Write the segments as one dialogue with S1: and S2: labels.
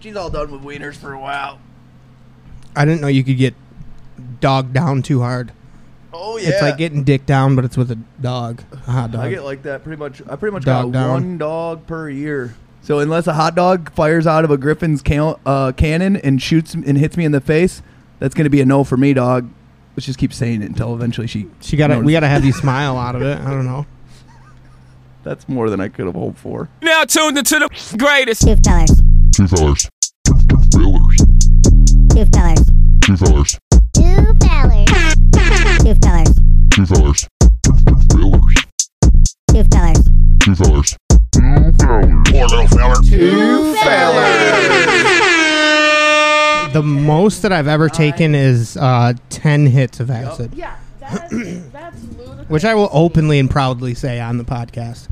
S1: She's all done with wieners for a while.
S2: I didn't know you could get dogged down too hard.
S1: Oh yeah.
S2: It's like getting dick down, but it's with a dog. A hot dog.
S1: I get like that pretty much. I pretty much
S2: Dog
S1: got
S2: down.
S1: one dog per year. So unless a hot dog fires out of a Griffin's can- uh, cannon and shoots m- and hits me in the face, that's gonna be a no for me, dog. Let's just keep saying it until eventually she.
S2: she got to
S1: knows.
S2: We got to have you smile out of it. I don't know.
S1: That's more than I could have hoped for.
S3: Now tuned into the greatest.
S4: Two fellers.
S5: Two fellers. Two, two fellers.
S4: Two fellers.
S5: Two fellers.
S4: Two fellers. Two fellers.
S5: Two fellers. Two, two fellers.
S4: Two fellers.
S5: Two fellers. Two fellers. Poor little feller.
S1: Two
S2: The most that I've ever taken is uh, ten hits of acid,
S6: Yeah, that's, that's ludicrous.
S2: which I will openly and proudly say on the podcast.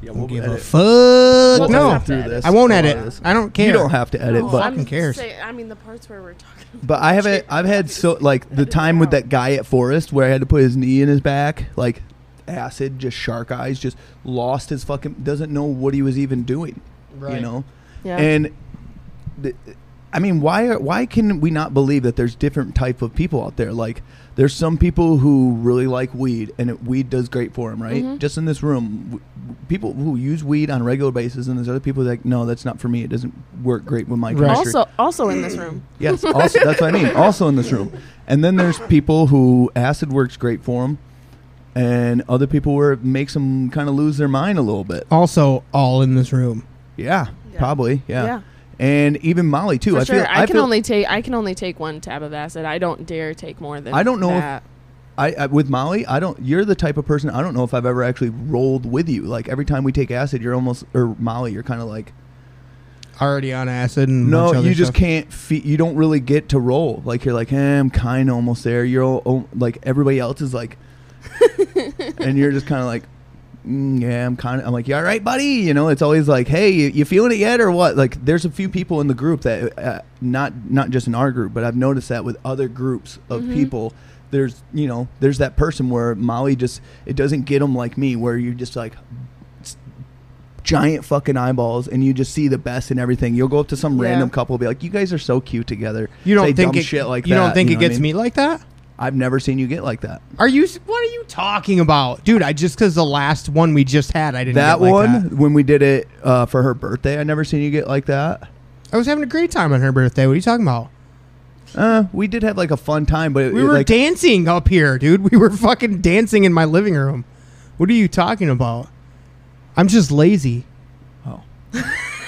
S1: Yeah,
S2: Don't
S1: we'll
S2: give a
S1: edit.
S2: fuck.
S1: We'll
S2: no,
S1: edit through this.
S2: I won't
S1: We'll
S2: edit.
S1: this.
S2: I don't care.
S1: You don't have to edit,
S6: No,
S1: but
S6: Oh, I'm
S2: Fucking cares.
S6: saying- I mean, the parts where we're talking about.
S1: But I haven't. I've had so like the time with that guy at Forest where I had to put his knee in his back, like acid, just shark eyes, just lost his fucking. Doesn't know what he was even doing. You
S2: Right.
S1: know.
S6: Yeah.
S1: And, the, I mean, why are why can we not believe that there's different type of people out there? Like, there's some people who really like weed, and it, weed does great for them,
S6: Mm-hmm.
S1: right? Just in this room, w- people who use weed on a regular basis, and there's other people that like, no, that's not for me. It doesn't work great with my
S2: Right.
S1: chemistry.
S6: also, also in this room.
S1: Yes, also, that's what I mean. Also in this room, and then there's people who acid works great for them, and other people where it makes them kind of lose their mind a little bit.
S2: Also, all in this room.
S1: Yeah, probably. Yeah.
S6: Yeah.
S1: and even Molly too.
S6: For
S1: I
S6: sure,
S1: feel.
S6: I, can
S1: feel-
S6: only take I can only take one tab of acid. I don't dare take more than.
S1: I don't know if-
S6: that.
S1: I, I with Molly. I don't. You're the type of person. I don't know if I've ever actually rolled with you. Like every time we take acid, you're almost or Molly. You're kind of like
S2: Already on acid and a
S1: no.
S2: bunch of other
S1: You just
S2: stuff.
S1: can't. Fe- you don't really get to roll. Like you're like eh, I'm kind of almost there. You're all, oh, like everybody else is like, and you're just kind of like. Mm, yeah, I'm kind of. I'm like, you all right, buddy? You know, it's always like, hey, you, you feeling it yet or what? Like, there's a few people in the group that, uh, not not just in our group, but I've noticed that with other groups of people, there's you know, there's that person where Molly just it doesn't get them like me, where you just like s- giant fucking eyeballs and you just see the best in everything. You'll go up to some
S6: Yeah.
S1: random couple, be like, you guys are so cute together.
S2: You don't
S1: Say
S2: think
S1: dumb
S2: it,
S1: shit like
S2: you
S1: that.
S2: don't think
S1: you
S2: it
S1: know what I
S2: gets
S1: mean?
S2: me like that?
S1: I've never seen you get like that.
S2: Are you? s- What are you talking about, dude? I just because the last one we just had, I didn't.
S1: That
S2: get like
S1: one
S2: that.
S1: when we did it uh, for her birthday, I never seen you get like that.
S2: I was having a great time on her birthday. What are you talking about?
S1: Uh, we did have like a fun time, but it,
S2: We
S1: it,
S2: were
S1: like,
S2: dancing up here, dude. We were fucking dancing in my living room. What are you talking about? I'm just lazy.
S1: Oh.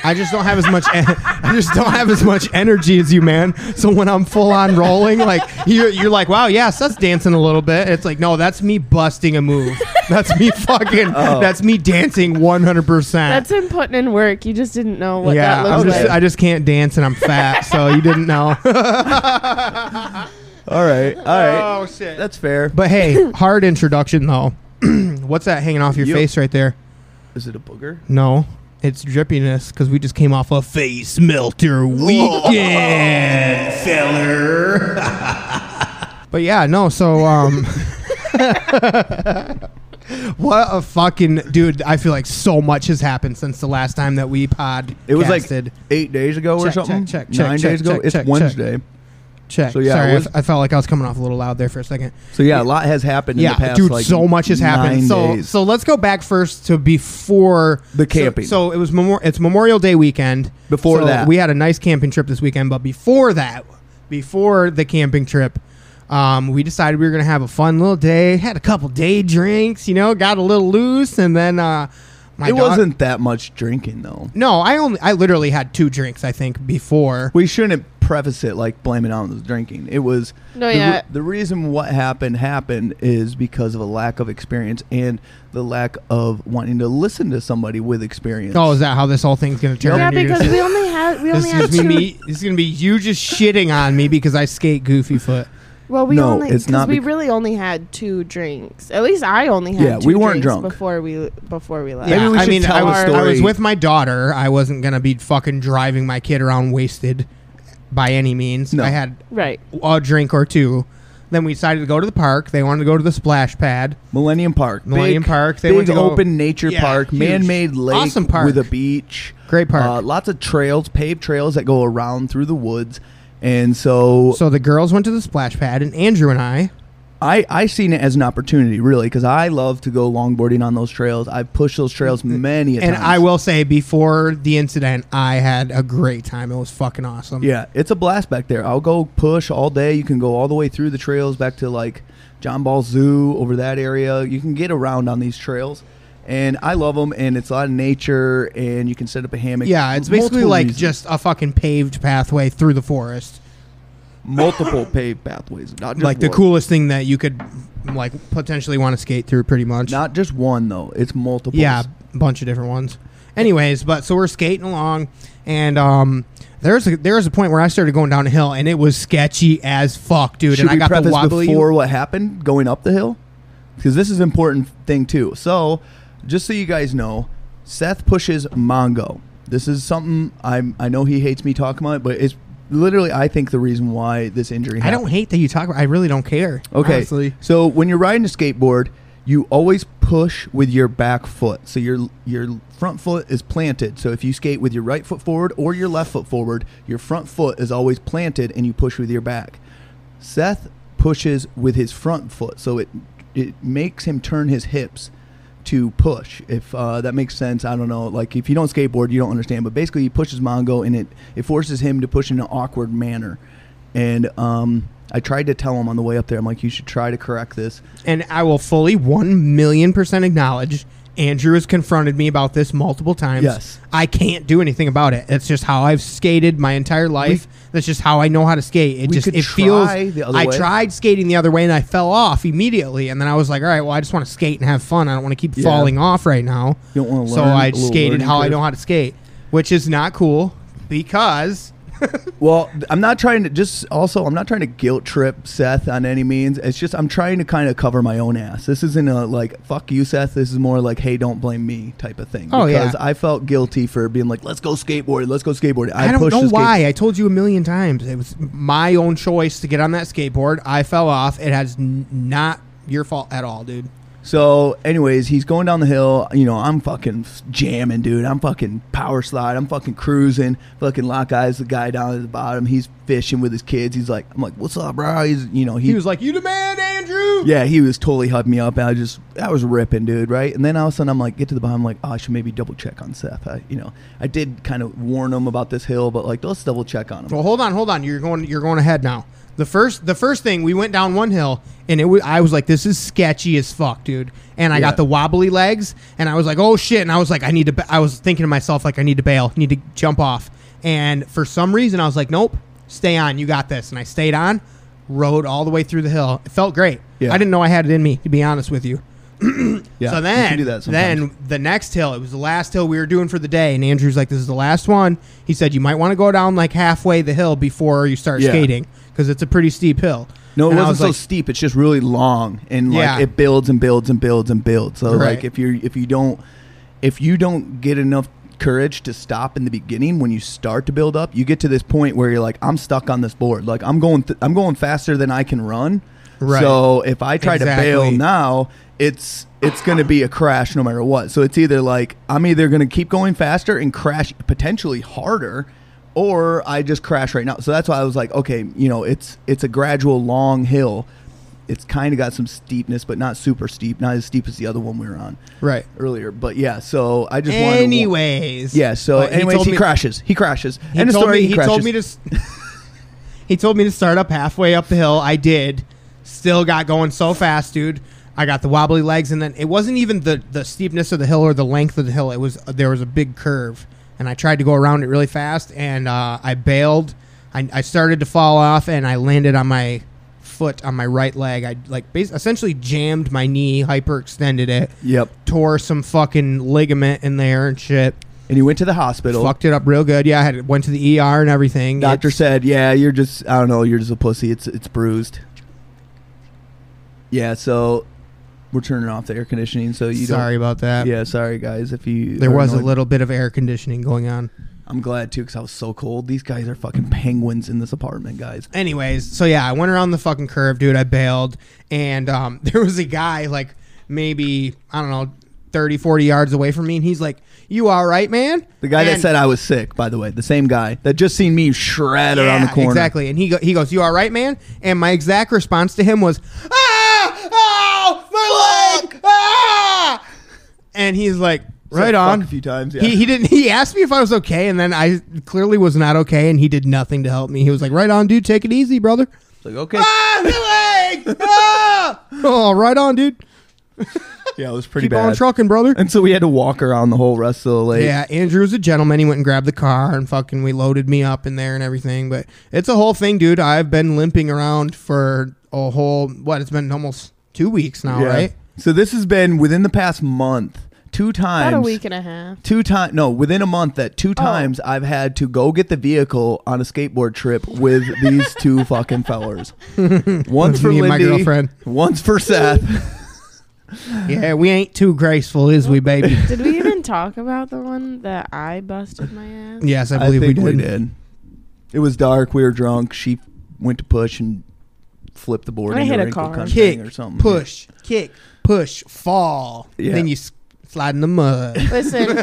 S2: I just don't have as much. En- I just don't have as much energy as you, man. So when I'm full on rolling, like you're, you're like, wow, yes, that's dancing a little bit. It's like, no, that's me busting a move. That's me fucking.
S1: Oh.
S2: That's me dancing 100. percent
S6: That's him putting in work. You just didn't know what
S2: yeah,
S6: that
S2: I'm
S6: looks
S2: just,
S6: like.
S2: I just can't dance and I'm fat, so you didn't
S1: all
S2: know.
S1: right, all right,
S2: shit.
S1: that's fair. But
S2: But hey, hard introduction though. What's that hanging off your
S1: You-
S2: face right there?
S1: is it a booger?
S2: No, it's drippiness because we just came off a face melter weekend, feller. but yeah, no. So um, what a fucking dude! I feel like so much has happened since the last time that we pod.
S1: It was like
S2: casted.
S1: eight days ago or
S2: Check,
S1: something.
S2: check, check,
S1: Nine
S2: check,
S1: days ago.
S2: check,
S1: it's
S2: check, check.
S1: Wednesday.
S2: check.
S1: so yeah,
S2: Sorry,
S1: it
S2: I
S1: was-
S2: f- I felt like I was coming off a little loud there for a second.
S1: So yeah, a lot has happened in
S2: yeah,
S1: the past.
S2: dude,
S1: like,
S2: so much has happened.
S1: nine
S2: So,
S1: days.
S2: so let's go back first to before
S1: The
S2: so-
S1: camping.
S2: So, it was memor- it's Memorial Day weekend.
S1: Before
S2: So
S1: that.
S2: we had a nice camping trip this weekend. But before that, before the camping trip, um, we decided we were gonna have a fun little day. Had a couple day drinks, you know, got a little loose, and then uh, my
S1: it
S2: dog-
S1: wasn't that much drinking though.
S2: No, I only I literally had two drinks. I think before
S1: We shouldn't preface it like blaming it on the drinking. It was
S6: No,
S1: the, re-
S6: yeah.
S1: the reason what happened happened is because of a lack of experience and the lack of wanting to listen to somebody with experience.
S2: Oh, is that how this whole thing's gonna turn? You're
S6: yeah,
S2: gonna
S6: because
S2: say-
S6: we only had we only
S2: this
S6: had
S2: is
S6: two.
S2: gonna be this is gonna be you just shitting on me because I skate goofy foot.
S6: Well, we
S1: No,
S6: only
S1: it's not
S6: because we
S1: bec-
S6: really only had two drinks. At least I only had.
S1: Yeah,
S6: two
S1: we weren't
S6: drinks
S1: drunk.
S6: before we before we left.
S1: Maybe we
S2: I
S1: should
S2: mean,
S1: tell
S2: I
S1: a
S2: was, I
S1: story.
S2: was with my daughter. I wasn't gonna be fucking driving my kid around wasted by any means.
S1: No.
S2: I had
S6: Right.
S2: a drink or two. Then we decided to go to the park. They wanted to go to the splash pad.
S1: Millennium Park.
S2: Millennium
S1: big,
S2: Park. They
S1: big
S2: went to go-
S1: open nature
S2: Yeah,
S1: park,
S2: huge.
S1: man-made lake
S2: Awesome park.
S1: with a beach.
S2: Great park.
S1: Uh, lots of trails, paved trails that go around through the woods. And so,
S2: So the girls went to the splash pad, and Andrew and I.
S1: I I seen it as an opportunity, really, because I love to go longboarding on those trails. I've pushed those trails many a
S2: And
S1: times.
S2: I will say, before the incident, I had a great time. It was fucking awesome.
S1: Yeah, it's a blast back there. I'll go push all day. You can go all the way through the trails back to like John Ball Zoo over that area. You can get around on these trails. And I love them, and it's a lot of nature, and you can set up a hammock.
S2: Yeah, it's basically
S1: Multiple
S2: like
S1: reasons.
S2: just a fucking paved pathway through the forest.
S1: multiple paved pathways, not just
S2: like the
S1: one.
S2: coolest thing that you could like potentially want to skate through pretty much.
S1: Not just one though; it's multiple.
S2: yeah, a bunch of different ones. Anyways, but so we're skating along and um there's a there's a point where I started going down a hill and it was sketchy as fuck, dude.
S1: Should
S2: and I
S1: we
S2: got the
S1: preface
S2: wobbly
S1: before what happened going up the hill? Because this is an important thing too. So, just so you guys know, Seth pushes Mongo. This is something I'm. I know he hates me talking about, it, but it's literally I think the reason why this injury.
S2: I
S1: Happened.
S2: don't hate that you talk about I really don't care.
S1: Okay.
S2: honestly.
S1: So when you're riding a skateboard, you always push with your back foot. So your your front foot is planted. So if you skate with your right foot forward or your left foot forward, your front foot is always planted and you push with your back. Seth pushes with his front foot. So it it makes him turn his hips to push if uh, that makes sense i don't know like if you don't skateboard you don't understand but basically he pushes mongo and it it forces him to push in an awkward manner and um i tried to tell him on the way up there i'm like you should try to correct this
S2: And I will fully 1 million percent acknowledge Andrew has confronted me about this multiple times.
S1: Yes.
S2: I can't do anything about it. That's just how I've skated my entire life. That's just how I know how to skate. It
S1: We
S2: just
S1: could
S2: it feels
S1: try the other
S2: I
S1: way.
S2: tried skating the other way and I fell off immediately and then I was like, "All right, well I just want to skate and have fun. I don't want to keep
S1: Yeah.
S2: falling off right now."
S1: You don't wanna
S2: so
S1: learn,
S2: I
S1: a little
S2: skated
S1: learning
S2: how I
S1: curve.
S2: know how to skate, which is not cool because
S1: well th- i'm not trying to just also i'm not trying to guilt trip seth on any means it's just i'm trying to kind of cover my own ass this isn't a like fuck you seth this is more like hey don't blame me type of thing
S2: Oh, yeah.
S1: because i felt guilty for being like let's go skateboard let's go skateboard
S2: I, don't
S1: pushed
S2: know
S1: the skate-
S2: why. I told you a million times. It was my own choice to get on that skateboard. I fell off. It has n- not your fault at all, dude.
S1: So, anyways, he's going down the hill. You know, I'm fucking jamming, dude. I'm fucking power slide. I'm fucking cruising. Fucking lock eyes the guy down at the bottom. He's fishing with his kids. He's like, I'm like, what's up, bro? He's, you know, he,
S2: He was like, "You demand, Andrew."
S1: yeah, he was totally hugging me up. And I just, I was ripping, dude, right? And then all of a sudden, I'm like, get to the bottom. I'm like, oh, I should maybe double check on Seth. I, you know, I did kind of warn him about this hill, but like, let's double check on him.
S2: Well, hold on, hold on. You're going, you're going ahead now. The first, the first thing we went down one hill, and it was, I was like, "This is sketchy as fuck, dude." And I
S1: Yeah.
S2: got the wobbly legs, and I was like, "Oh shit!" And I was like, "I need to." Ba-. I was thinking to myself, like, "I need to bail, need to jump off." And for some reason, I was like, "Nope, stay on. You got this." And I stayed on, rode all the way through the hill. It felt great.
S1: Yeah.
S2: I didn't know I had it in me, to be honest with you.
S1: yeah,
S2: So
S1: you
S2: then,
S1: can do that sometimes.
S2: then the next hill, it was the last hill we were doing for the day, and Andrew's like, "This is the last one." He said, "You might want to go down like halfway the hill before you start
S1: Yeah.
S2: skating because it's a pretty steep hill."
S1: No, it
S2: And I
S1: wasn't
S2: was
S1: so
S2: like,
S1: steep. It's just really long, and like
S2: Yeah.
S1: it builds and builds and builds and builds. So
S2: Right.
S1: like if you if you don't if you don't get enough courage to stop in the beginning when you start to build up, you get to this point where you're like, I'm stuck on this board. Like I'm going th- I'm going faster than I can run.
S2: Right.
S1: So if I try
S2: Exactly.
S1: to bail now, it's it's going to be a crash no matter what. So it's either like I'm either going to keep going faster and crash potentially harder or I just crash right now. So that's why I was like, okay, you know, it's it's a gradual long hill. It's kind of got some steepness, but not super steep, not as steep as the other one we were on
S2: "Right."
S1: earlier. But yeah, so I just wanted to wa-
S2: Anyways,
S1: yeah, so
S2: But
S1: anyways,
S2: told
S1: he,
S2: me-
S1: crashes. He crashes.
S2: He
S1: End of
S2: told
S1: story.
S2: me.
S1: he
S2: He
S1: crashes.
S2: told me to. s- he told me to start up halfway up the hill. I did. Still got going so fast, dude. I got the wobbly legs, and then it wasn't even the the steepness of the hill or the length of the hill. It was there was a big curve, and I tried to go around it really fast, and uh, I bailed. I, I started to fall off, and I landed on my foot on my right leg. I like bas- essentially jammed my knee, hyperextended it,
S1: Yep.
S2: tore some fucking ligament in there and shit.
S1: And he went to the hospital.
S2: Fucked it up real good. Yeah, I had went to the ER and everything.
S1: Doctor
S2: It's-
S1: said, "Yeah, you're just I don't know, you're just a pussy. It's it's bruised." Yeah, so we're turning off the air conditioning, so you
S2: sorry about that.
S1: don't. Yeah, sorry guys, if you
S2: there
S1: are
S2: was a
S1: annoyed.
S2: little bit of air conditioning going on.
S1: I'm glad too because I was so cold. These guys are fucking penguins in this apartment, guys.
S2: anyways, so yeah, I went around the fucking curve, dude. I bailed, and um, there was a guy like maybe I don't know. 30 40 yards away from me and he's like you all right man
S1: The guy that
S2: And-
S1: said I was sick, by the way, the same guy that just seen me shred around the
S2: Yeah,
S1: corner.
S2: Exactly. And he go, he goes, "You all right, man?" And my exact response to him was, "Ah! Oh, my leg! Ah!" And he's like, "Right
S1: fuck
S2: on."
S1: a few times, yeah.
S2: He, he didn't. He asked me if I was okay, and then I clearly was not okay, and he did nothing to help me. He was like, "Right on, dude. Take it easy, brother."
S1: Like okay,
S2: ah, my leg! Ah! Oh, right on, dude.
S1: yeah, it was pretty
S2: Keep on
S1: bad.
S2: trucking, brother.
S1: And so we had to walk around the whole rest of the lake.
S2: Yeah, Andrew was a gentleman. He went and grabbed the car and fucking we loaded me up in there and everything. But it's a whole thing, dude. I've been limping around for a whole what? It's been almost two weeks now,
S1: Yeah.
S2: right?
S1: So this has been within the past month, two times.
S6: About a week and a half.
S1: Two times, no, within a month. That
S2: Oh.
S1: two times I've had to go get the vehicle on a skateboard trip with these two fucking fellers. Once for
S2: me and my
S1: Lindy,
S2: girlfriend.
S1: Once for Seth.
S2: Yeah, we ain't too graceful, is we, baby?
S6: Did we even talk about the one that I busted my ass?
S2: yes, I
S1: I,
S2: believe
S1: think
S2: we, did.
S1: It was dark. We were drunk. She went to push and flipped the board.
S6: I
S1: into
S6: hit a
S1: wrinkle
S6: car.
S1: kind of thing
S2: Kick,
S1: or something.
S2: push, kick, push, fall.
S1: Yeah.
S2: Then you s- slide in the mud.
S6: Listen,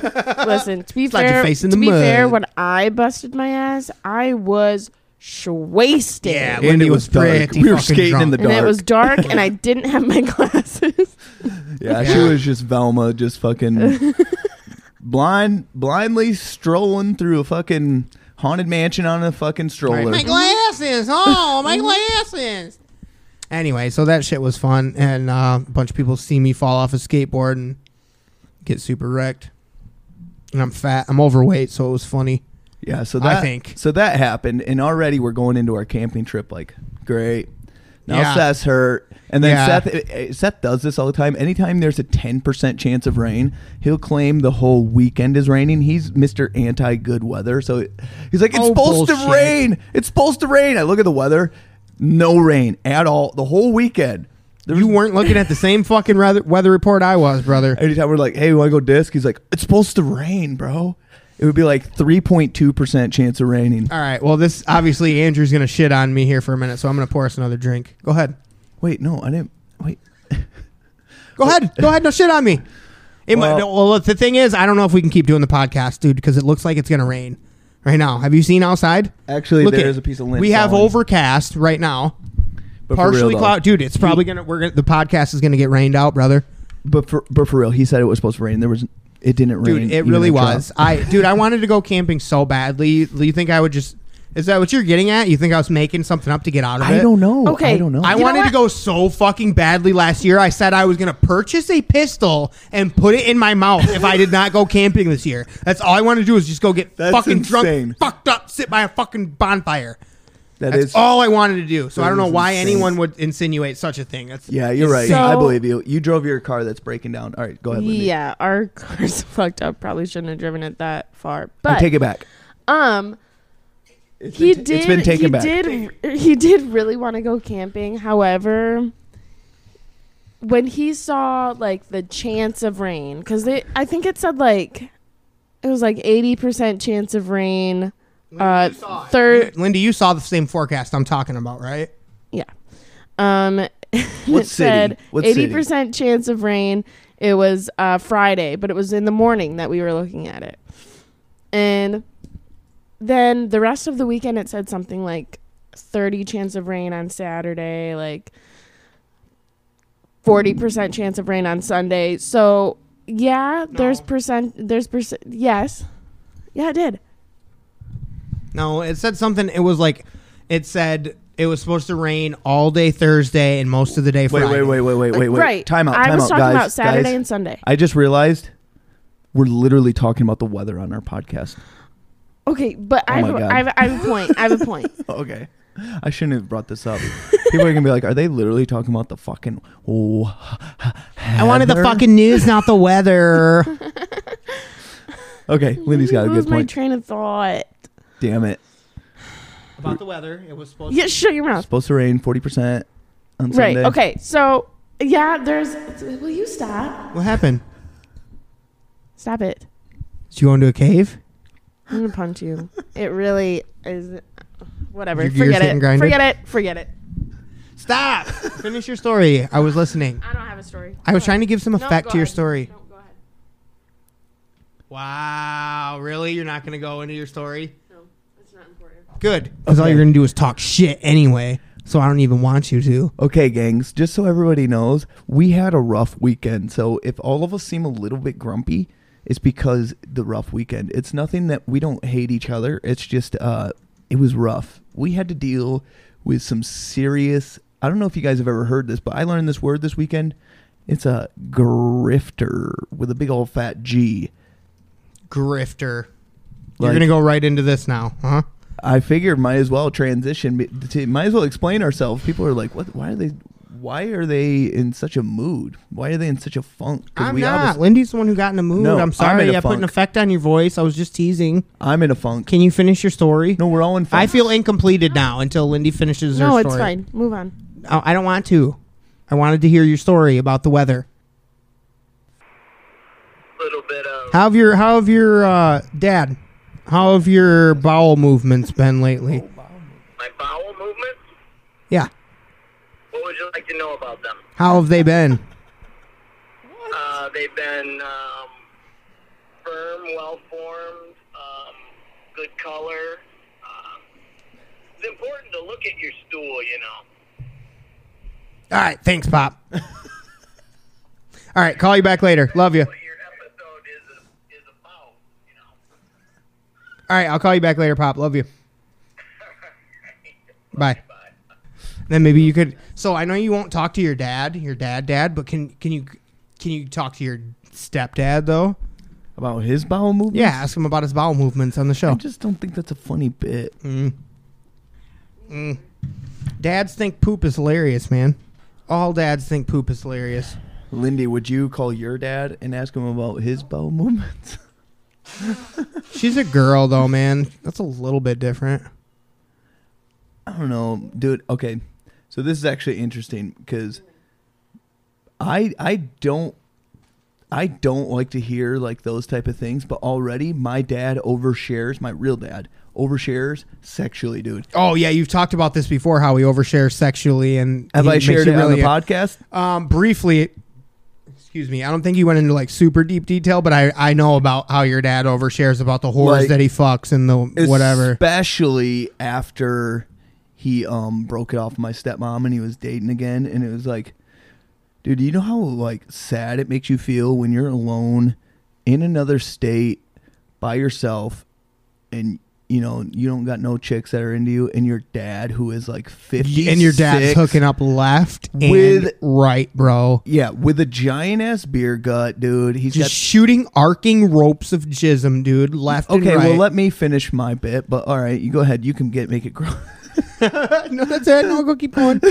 S6: listen. To be
S2: Slide your
S6: fair,
S2: face in
S6: to
S2: the
S6: be fair,
S2: mud.
S6: when I busted my ass, I was wasted.
S2: Yeah,
S1: And
S2: Lindy
S1: it
S2: was
S1: was dark.
S2: pretty
S1: We were
S2: fucking
S1: skating in
S2: drunk.
S1: the
S6: and
S1: dark.
S6: it was dark, and I didn't have my glasses.
S1: Yeah, she
S2: Yeah.
S1: was just Velma, just fucking blind, blindly strolling through a fucking haunted mansion on a fucking stroller.
S2: My glasses. Oh, my glasses. Anyway, so that shit was fun, and uh, a bunch of people see me fall off a skateboard and get super wrecked. And I'm fat. I'm overweight, so it was funny.
S1: Yeah, so
S2: I
S1: that
S2: think.
S1: so that happened, and already we're going into our camping trip. Like, great. Now
S2: Yeah.
S1: Seth's hurt, and then
S2: Yeah.
S1: Seth eh, eh, Seth does this all the time. Anytime there's a ten percent chance of rain, he'll claim the whole weekend is raining. He's Mister Anti Good Weather, so he's like, "It's
S2: Oh,
S1: supposed
S2: bullshit.
S1: to rain. It's supposed to rain." I look at the weather, no rain at all the whole weekend. There
S2: You
S1: was-
S2: weren't looking at the same fucking weather, weather report I was, brother.
S1: Anytime we're like, hey, we want to go disc? He's like, it's supposed to rain, bro. It would be like 3.2% chance of raining.
S2: All right. Well, this obviously Andrew's gonna shit on me here for a minute, so I'm gonna pour us another drink. Go ahead.
S1: Wait, no, I didn't. Wait.
S2: Go ahead. Go ahead. No shit on me. It might,
S1: Well-
S2: no, well, the thing is, I don't know if we can keep doing the podcast, dude, because it looks like it's gonna rain right now. Have you seen outside?
S1: Actually,
S2: Look
S1: there
S2: at-
S1: is a piece of lint.
S2: We have
S1: falling.
S2: overcast right now,
S1: But for real,
S2: partially
S1: though.
S2: cloud. Dude, it's probably gonna. We're gonna. The podcast is gonna get rained out, brother.
S1: But for, but for real, he said it was supposed to rain. There was. It didn't rain.
S2: Dude, it
S1: even
S2: really
S1: a drop.
S2: was. I, dude, I wanted to go camping so badly. You think I would just? Is that what you're getting at? You think I was making something up to get out of it?
S1: I don't know.
S6: Okay,
S1: I don't know.
S2: I
S6: You know
S2: wanted to
S6: what?
S2: go so fucking badly last year. I said I was going to purchase a pistol and put it in my mouth if I did not go camping this year. That's all I want to do is just go get
S1: That's
S2: fucking
S1: insane.
S2: drunk, fucked up, sit by a fucking bonfire.
S1: that
S2: That's
S1: is.
S2: all I wanted to do. So I
S1: that
S2: don't know
S1: is
S2: why
S1: insane.
S2: anyone would insinuate such a thing. That's
S1: yeah, you're right.
S6: So-
S1: I believe you. You drove your car that's breaking down. All right, go ahead. Lindy.
S6: yeah, our car's fucked up. Probably shouldn't have driven it that far.
S1: I
S6: But
S1: take it back.
S6: um,
S1: It's
S6: he
S1: been
S6: did.
S1: ta- It's been taken
S6: he
S1: back.
S6: Did, he did really want to go camping. However, when he saw like the chance of rain, because they, I think it said like it was like eighty percent chance of rain. Uh, third,
S2: Lindy, you saw the same forecast I'm talking about, right?
S6: yeah. Um,
S1: What
S6: it said
S1: city? What city?
S6: eighty percent chance of rain. It was uh, Friday, but it was in the morning that we were looking at it, and then the rest of the weekend it said something like thirty chance of rain on Saturday, like forty percent chance of rain on Sunday. So yeah, there's
S2: No.
S6: percent. There's percent. Yes, yeah, it did.
S2: No, it said something. It was like, it said it was supposed to rain all day Thursday and most of the day
S1: Wait,
S2: Friday.
S1: wait, wait, wait, wait, wait, wait.
S6: Right.
S1: Time out.
S6: I
S1: Time
S6: was
S1: out,
S6: talking
S1: guys.
S6: about Saturday
S1: guys.
S6: and Sunday.
S1: I just realized we're literally talking about the weather on our podcast.
S6: Okay, but I, have,
S1: Oh my
S6: a-
S1: God.
S6: I, have, a- I have a point. I have a point.
S1: Okay. I shouldn't have brought this up. People are gonna be like, "Are they literally talking about the fucking?" Oh,
S2: I wanted the fucking news, not the weather.
S1: Okay, Lindy's got a
S6: Lose
S1: good
S6: my
S1: point.
S6: train of thought.
S1: Damn it!
S2: About the weather, it was supposed
S6: Yeah, shut your mouth.
S1: Supposed to rain forty percent on
S6: Right.
S1: Sunday.
S6: Okay. So yeah, there's. Will you stop?
S2: What happened?
S6: Stop it.
S2: Did you go into a cave?
S6: I'm gonna punch you. It really is. Whatever.
S2: Your gears
S6: Forget
S2: getting
S6: it.
S2: grinded?
S6: Forget it. Forget it.
S2: Stop. Finish your story. I was listening.
S6: I don't have a story.
S2: I was trying to give some
S6: No,
S2: effect
S6: go
S2: to your
S6: ahead.
S2: story.
S6: No, go ahead.
S2: Wow, really? You're not going to go into your story?
S6: No, it's not important.
S2: Good. Because all
S1: Okay.
S2: you're going to do is talk shit anyway. So I don't even want you to.
S1: Okay, gangs, just so everybody knows, we had a rough weekend. So if all of us seem a little bit grumpy, it's because the rough weekend. It's nothing that we don't hate each other. It's just uh it was rough. We had to deal with some serious I don't know if you guys have ever heard this, but I learned this word this weekend. It's a grifter with a big old fat G.
S2: Grifter. you're
S1: Like-
S2: going to go right into this now, huh?
S1: I figured might as well transition. be- To, might as well explain ourselves. People are like, "What? Why are they? Why are they in such a mood? Why are they in such a funk?" 'Cause
S2: I'm
S1: we
S2: not.
S1: obvious-
S2: Lindy's the one who got in the mood.
S1: No, I'm
S2: I'm
S1: in
S2: sorry.
S1: a
S2: I put an
S1: funk.
S2: effect on your voice. I was just teasing.
S1: I'm in a funk.
S2: Can you finish your story?
S1: No, we're all in funk.
S2: I feel incompleted now until Lindy finishes her
S6: No,
S2: story.
S6: it's fine. Move on.
S2: I I don't want to. I wanted to hear your story about the weather.
S7: little bit of
S2: How have your How have your uh, dad? How have your bowel movements been lately?
S7: my bowel movements.
S2: Yeah.
S7: What would you like to know about them?
S2: How have they been?
S7: Uh, they've been um, firm, well formed, um, good color. Um, it's important to look at your stool, you know.
S2: All right. Thanks, Pop. All right. Call you back later. Love you.
S7: What your episode is is about, you know.
S2: All right. I'll call you back later, Pop. Love you. Bye. Then maybe you could. So I know you won't talk to your dad, your dad, dad, but can can you can you talk to your stepdad though?
S1: about his bowel movement.
S2: Yeah, ask him about his bowel movements on the show.
S1: I just don't think that's a funny bit.
S2: Mm. Dads think poop is hilarious, man. All dads think poop is hilarious.
S1: Lindy, would you call your dad and ask him about his bowel movements?
S2: She's a girl though, man. That's a little bit different.
S1: I don't know, dude. Okay, so this is actually interesting because I I don't I don't like to hear like those type of things, but already my dad overshares. My real dad overshares sexually, dude.
S2: Oh yeah, you've talked about this before how he overshares sexually and
S1: Have
S2: he
S1: I
S2: makes
S1: shared
S2: you
S1: it on the
S2: really-
S1: podcast?
S2: Um, briefly. Excuse me. I don't think you went into like super deep detail, but I I know about how your dad overshares about the whores
S1: Like-
S2: that he fucks and the whatever.
S1: Especially after he um broke it off with my stepmom and he was dating again, and it was like, dude, you know how like sad it makes you feel when you're alone in another state by yourself, and you know you don't got no chicks that are into you, and your dad who is like fifty
S2: And your dad's hooking up left and
S1: With-
S2: right, bro.
S1: Yeah, with a giant ass beer gut, dude. He's
S2: Just
S1: got
S2: shooting arcing ropes of jism, dude, left and
S1: Okay,
S2: right.
S1: well, let me finish my bit. But all right, you go ahead. You can get make it grow.
S2: no, that's it. No, go keep going.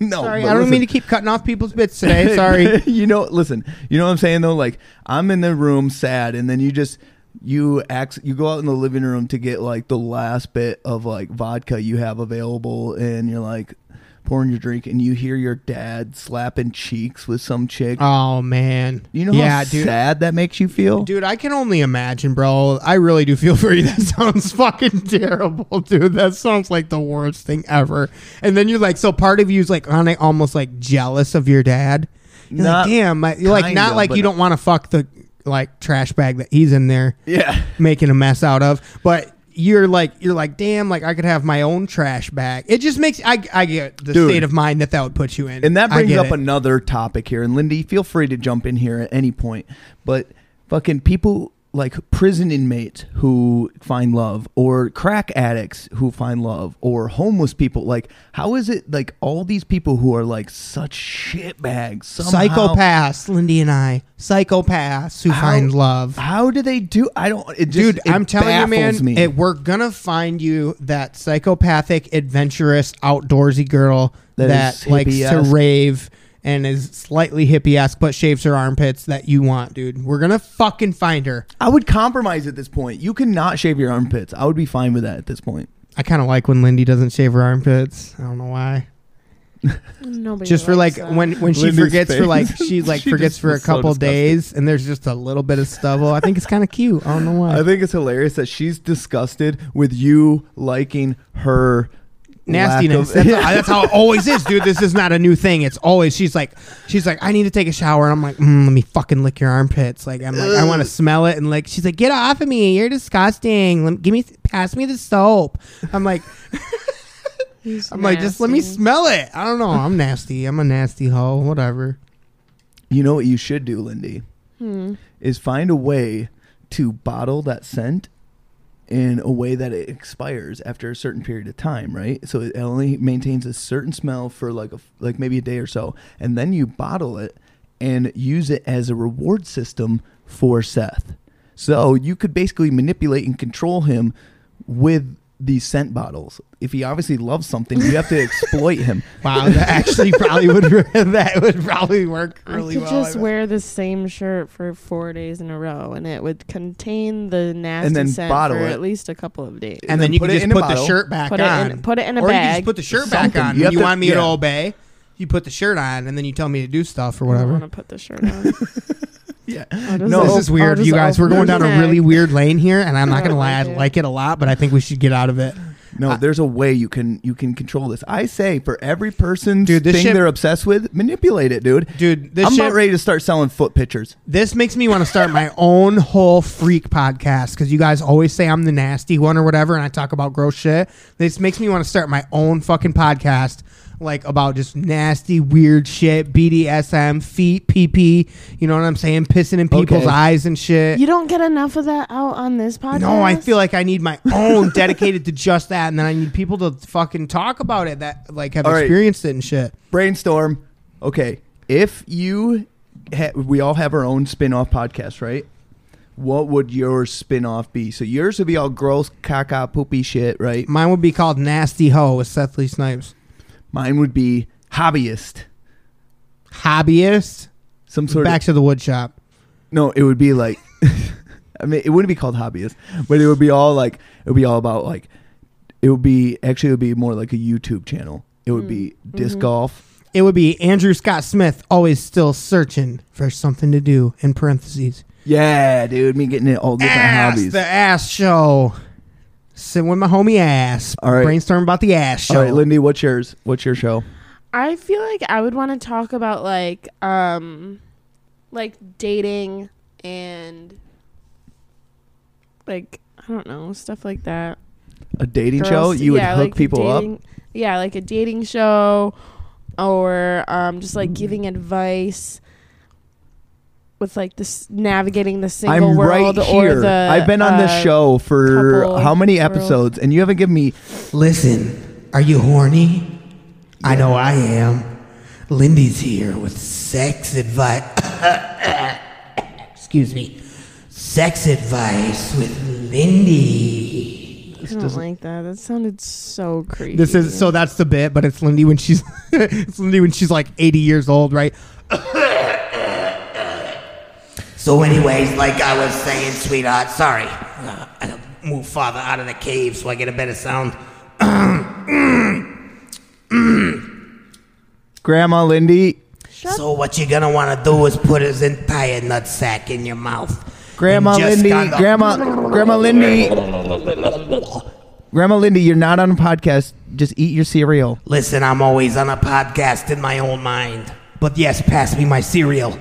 S1: no,
S2: Sorry,
S1: Oh, but
S2: I don't
S1: listen.
S2: mean to keep cutting off people's bits today. Sorry.
S1: you know, listen. You know what I'm saying though. Like I'm in the room sad, and then you just you act. You go out in the living room to get like the last bit of like vodka you have available, and you're like pouring your drink, and you hear your dad slapping cheeks with some chick.
S2: Oh man.
S1: you know
S2: yeah,
S1: how
S2: dude.
S1: sad that makes you feel.
S2: Dude, I can only imagine, bro. I really do feel for you. That sounds fucking terrible, dude. That sounds like the worst thing ever. And then you're like, so part of you's like, on almost like jealous of your dad. You're
S1: Not
S2: like, damn, my, you're like not
S1: kinda,
S2: like
S1: but-
S2: you don't want to fuck the like trash bag that he's in there.
S1: Yeah.
S2: making a mess out of. But you're like you're like damn, like I could have my own trash bag. It just makes I I get the
S1: Dude.
S2: state of mind that that would put you in.
S1: And that
S2: I
S1: brings
S2: get
S1: up
S2: it.
S1: another topic here. And Lindy, feel free to jump in here at any point. But fucking people like prison inmates who find love or crack addicts who find love or homeless people like how is it like all these people who are like such shit bags
S2: psychopaths, Lindy and I, psychopaths who find love.
S1: how do they do i don't it just,
S2: Dude,
S1: it
S2: I'm telling you,
S1: baffles
S2: man,
S1: me.
S2: It, we're gonna find you that psychopathic, adventurous, outdoorsy girl
S1: That
S2: that,
S1: is
S2: likes to
S1: hippie-esque.
S2: rave and is slightly hippie-esque but shaves her armpits that you want, dude. We're gonna fucking find her.
S1: i would compromise at this point you cannot shave your armpits i would be fine with that at this point
S2: I kind of like when Lindy doesn't shave her armpits. I don't know why.
S6: Nobody
S2: just for like
S6: likes that.
S2: when when she
S1: Lindy's
S2: forgets for
S1: face.
S2: like she like
S1: She
S2: forgets
S1: just
S2: for a
S1: was so
S2: couple
S1: disgusted.
S2: days and there's just a little bit of stubble. I think it's kind of cute. I don't know why.
S1: I think it's hilarious that she's disgusted with you liking her
S2: nastiness.
S1: lack of-
S2: that's, how, that's how it always is, dude. This is not a new thing. It's always she's like, she's like, I need to take a shower, and I'm like, mm, let me fucking lick your armpits. Like I'm like, I want to smell it, and like she's like, get off of me, you're disgusting. Let, give me, pass me the soap. I'm like,
S6: He's
S2: I'm like, just let me
S6: nasty.
S2: smell it. I don't know. I'm nasty. I'm a nasty hoe. Whatever.
S1: You know what you should do, Lindy, is find a way to bottle that scent in a way that it expires after a certain period of time, right? So it only maintains a certain smell for like a f- like maybe a day or so, and then you bottle it and use it as a reward system for Seth. So you could basically manipulate and control him with these scent bottles. If he obviously loves something, you have to exploit him.
S2: Wow, that actually probably would that would probably work
S6: I
S2: really
S6: could
S2: well.
S6: just
S2: I bet.
S6: wear the same shirt for four days in a row, and it would contain the nasty
S1: then
S6: scent
S1: bottle
S6: for
S1: it.
S6: at least a couple of days.
S2: and then, you
S1: put
S2: can
S1: it
S2: just
S1: in a
S2: put the
S1: bottle.
S2: shirt back
S6: Put it
S2: on.
S6: in- put it in a
S2: or you can
S6: bag.
S2: just put the shirt
S1: Something.
S2: back on.
S1: You
S2: You,
S1: have
S2: you
S1: to-
S2: want me to
S1: yeah.
S2: obey? You put the shirt on, and then you tell me to do stuff or
S6: I want
S2: whatever. Oh,
S6: to put the shirt on.
S1: Yeah.
S6: I'll just
S1: No,
S6: op-
S2: This is
S6: I'll
S2: weird,
S6: just
S2: you guys. We're
S6: open
S2: going
S6: the
S2: down a
S6: bag.
S2: really weird lane here, and I'm not gonna lie. I
S6: like it.
S2: like it a lot, but I think we should get out of it.
S1: No, there's a way you can you can control this. I say for every person's
S2: Dude, this
S1: thing
S2: shit-
S1: they're obsessed with, manipulate it, dude.
S2: Dude, this
S1: I'm
S2: shit-
S1: about ready to start selling foot pictures.
S2: This makes me want to start my own whole freak podcast because you guys always say I'm the nasty one or whatever, and I talk about gross shit. This makes me want to start my own fucking podcast, like about just nasty, weird shit, BDSM, feet, pee pee. You know what I'm saying? Pissing in people's
S1: Okay.
S2: eyes and shit.
S6: You don't get enough of that out on this podcast.
S2: No, I feel like I need my own dedicated to just that, and then I need people to fucking talk about it that like have
S1: All right.
S2: experienced it and shit.
S1: Brainstorm. Okay, if you ha- we all have our own spin-off podcast, right? What would your spin-off be? So yours would be all gross, caca, poopy shit, right?
S2: Mine would be called Nasty Ho with Seth Lee Snipes.
S1: Mine would be hobbyist.
S2: Hobbyist,
S1: Some sort
S2: back
S1: of
S2: to the wood shop.
S1: No, it would be like I mean it wouldn't be called hobbyist, but it would be all like it would be all about like it would be actually it would be more like a YouTube channel. It would be
S6: Mm.
S1: disc
S6: Mm-hmm.
S1: golf.
S2: It would be Andrew Scott Smith always still searching for something to do in parentheses.
S1: Yeah, dude, me getting it all different
S2: Ass,
S1: hobbies.
S2: the ass show. Sitting with my homie ass.
S1: All right.
S2: Brainstorm about the ass show.
S1: all right, Lindy, what's yours? What's your show?
S6: I feel like I would want to talk about like um like dating and like I don't know, stuff like that.
S1: A dating show?
S6: Girls-
S1: You would
S6: yeah,
S1: hook
S6: like
S1: people
S6: dating-
S1: up.
S6: Yeah, like a dating show or um just like
S1: Mm.
S6: giving advice with like this navigating the single
S1: I'm right
S6: world
S1: here.
S6: or the
S1: I've been on
S6: uh,
S1: this show for
S6: couple
S1: how many
S6: world.
S1: episodes, and you haven't given me.
S2: Listen, are you horny? I know I am. Lindy's here with sex advice. Excuse me. Sex advice with Lindy.
S6: I don't like that. That sounded so creepy.
S2: This is so that's the bit, but it's Lindy when she's it's Lindy when she's like 80 years old, right?
S8: So, anyways, like I was saying, sweetheart, sorry. Uh, I gotta move farther out of the cave so I get a better sound.
S1: Grandma Lindy,
S8: So, what you're gonna wanna do is put his entire nutsack in your mouth.
S1: Grandma
S8: And just
S1: Lindy,
S8: kinda-
S1: Grandma, Grandma Lindy, Grandma Lindy, you're not on a podcast. Just eat your cereal.
S8: Listen, I'm always on a podcast in my own mind. But yes, pass me my cereal.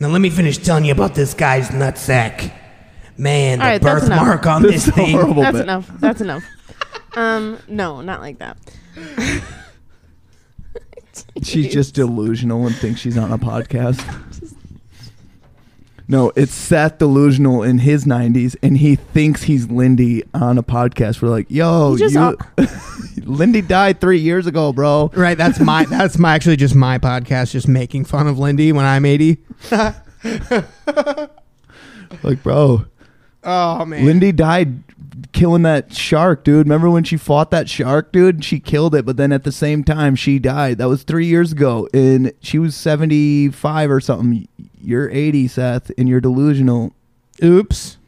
S8: Now, let me finish telling you about this guy's nutsack. Man, the
S6: All right, that's enough.
S8: birthmark on
S1: That's
S8: this
S1: a
S8: thing.
S1: horrible
S6: That's
S1: bit.
S6: enough. That's enough. Um, no, not like that.
S1: She's just delusional and thinks she's on a podcast. No, it's Seth delusional in his 90s, and he thinks he's Lindy on a podcast. We're like, yo,
S6: He just
S1: you, Lindy died three years ago, bro.
S2: Right, that's my that's my actually just my podcast just making fun of Lindy when I'm 80.
S1: Like, bro,
S2: Oh man.
S1: Lindy died killing that shark, dude. Remember when she fought that shark, dude? She killed it, but then at the same time, she died. That was three years ago, and she was 75 or something. You're 80, Seth, and you're delusional.
S2: Oops.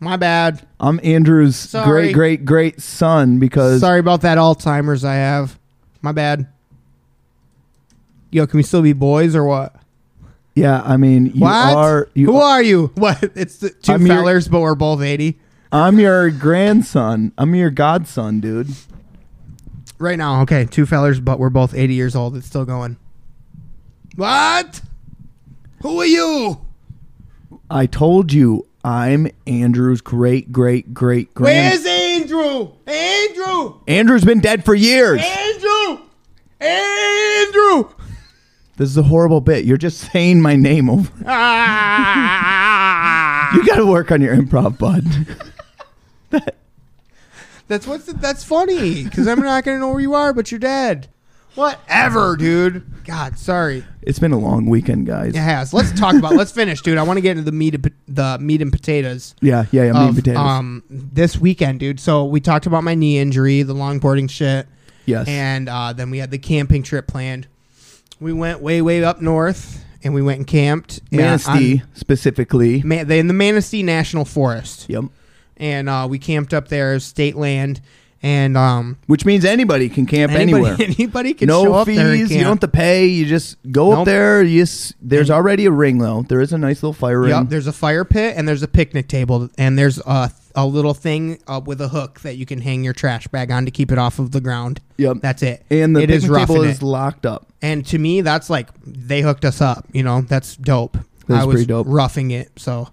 S2: My bad.
S1: I'm Andrew's
S2: Sorry.
S1: great, great, great son because
S2: Sorry about that Alzheimer's I have. My bad. yo, can we still be boys or what?
S1: Yeah, I mean, you
S2: what?
S1: are. You
S2: Who are you? What? It's the 2
S1: I'm your-
S2: fellers, but we're both 80.
S1: I'm your grandson. I'm your godson, dude.
S2: Right now, okay, two fellers, but we're both 80 years old. It's still going. What? Who are you?
S1: I told you, I'm Andrew's great, great, great grand.
S2: Where's Andrew? Andrew!
S1: Andrew's been dead for years.
S2: Andrew! Andrew!
S1: This is a horrible bit. You're just saying my name over. You got to work on your improv, bud.
S2: That's what's that's funny because I'm not gonna know where you are, but you're dead. Whatever, dude. God, sorry.
S1: It's been a long weekend, guys.
S2: It has. Let's talk about. let's finish, dude. I want to get into the meat, of, the meat and potatoes.
S1: yeah, yeah, yeah. Meat
S2: of,
S1: and potatoes.
S2: Um, this weekend, dude. So we talked about my knee injury, the longboarding shit,
S1: yes.
S2: and uh, then we had the camping trip planned. We went way, way up north, and we went and camped. and
S1: Manistee,
S2: on-
S1: specifically.
S2: Man, in the Manistee National Forest,
S1: yep.
S2: and uh, we camped up there, state land, and um,
S1: Which means anybody can camp
S2: anybody,
S1: anywhere.
S2: anybody can show
S1: no
S2: up
S1: fees.
S2: there. and
S1: You
S2: camp.
S1: don't have to pay. You just go up
S2: Nope.
S1: there. You s- there's already a ring though. There is a nice little fire ring.
S2: Yep, there's a fire pit and there's a picnic table and there's a, a little thing uh, with a hook that you can hang your trash bag on to keep it off of the ground.
S1: Yep.
S2: That's it.
S1: and the
S2: it
S1: picnic table
S2: roughing
S1: is
S2: it.
S1: locked up.
S2: and to me, that's like they hooked us up. You know, that's dope.
S1: That's
S2: I was
S1: pretty dope.
S2: roughing it. So,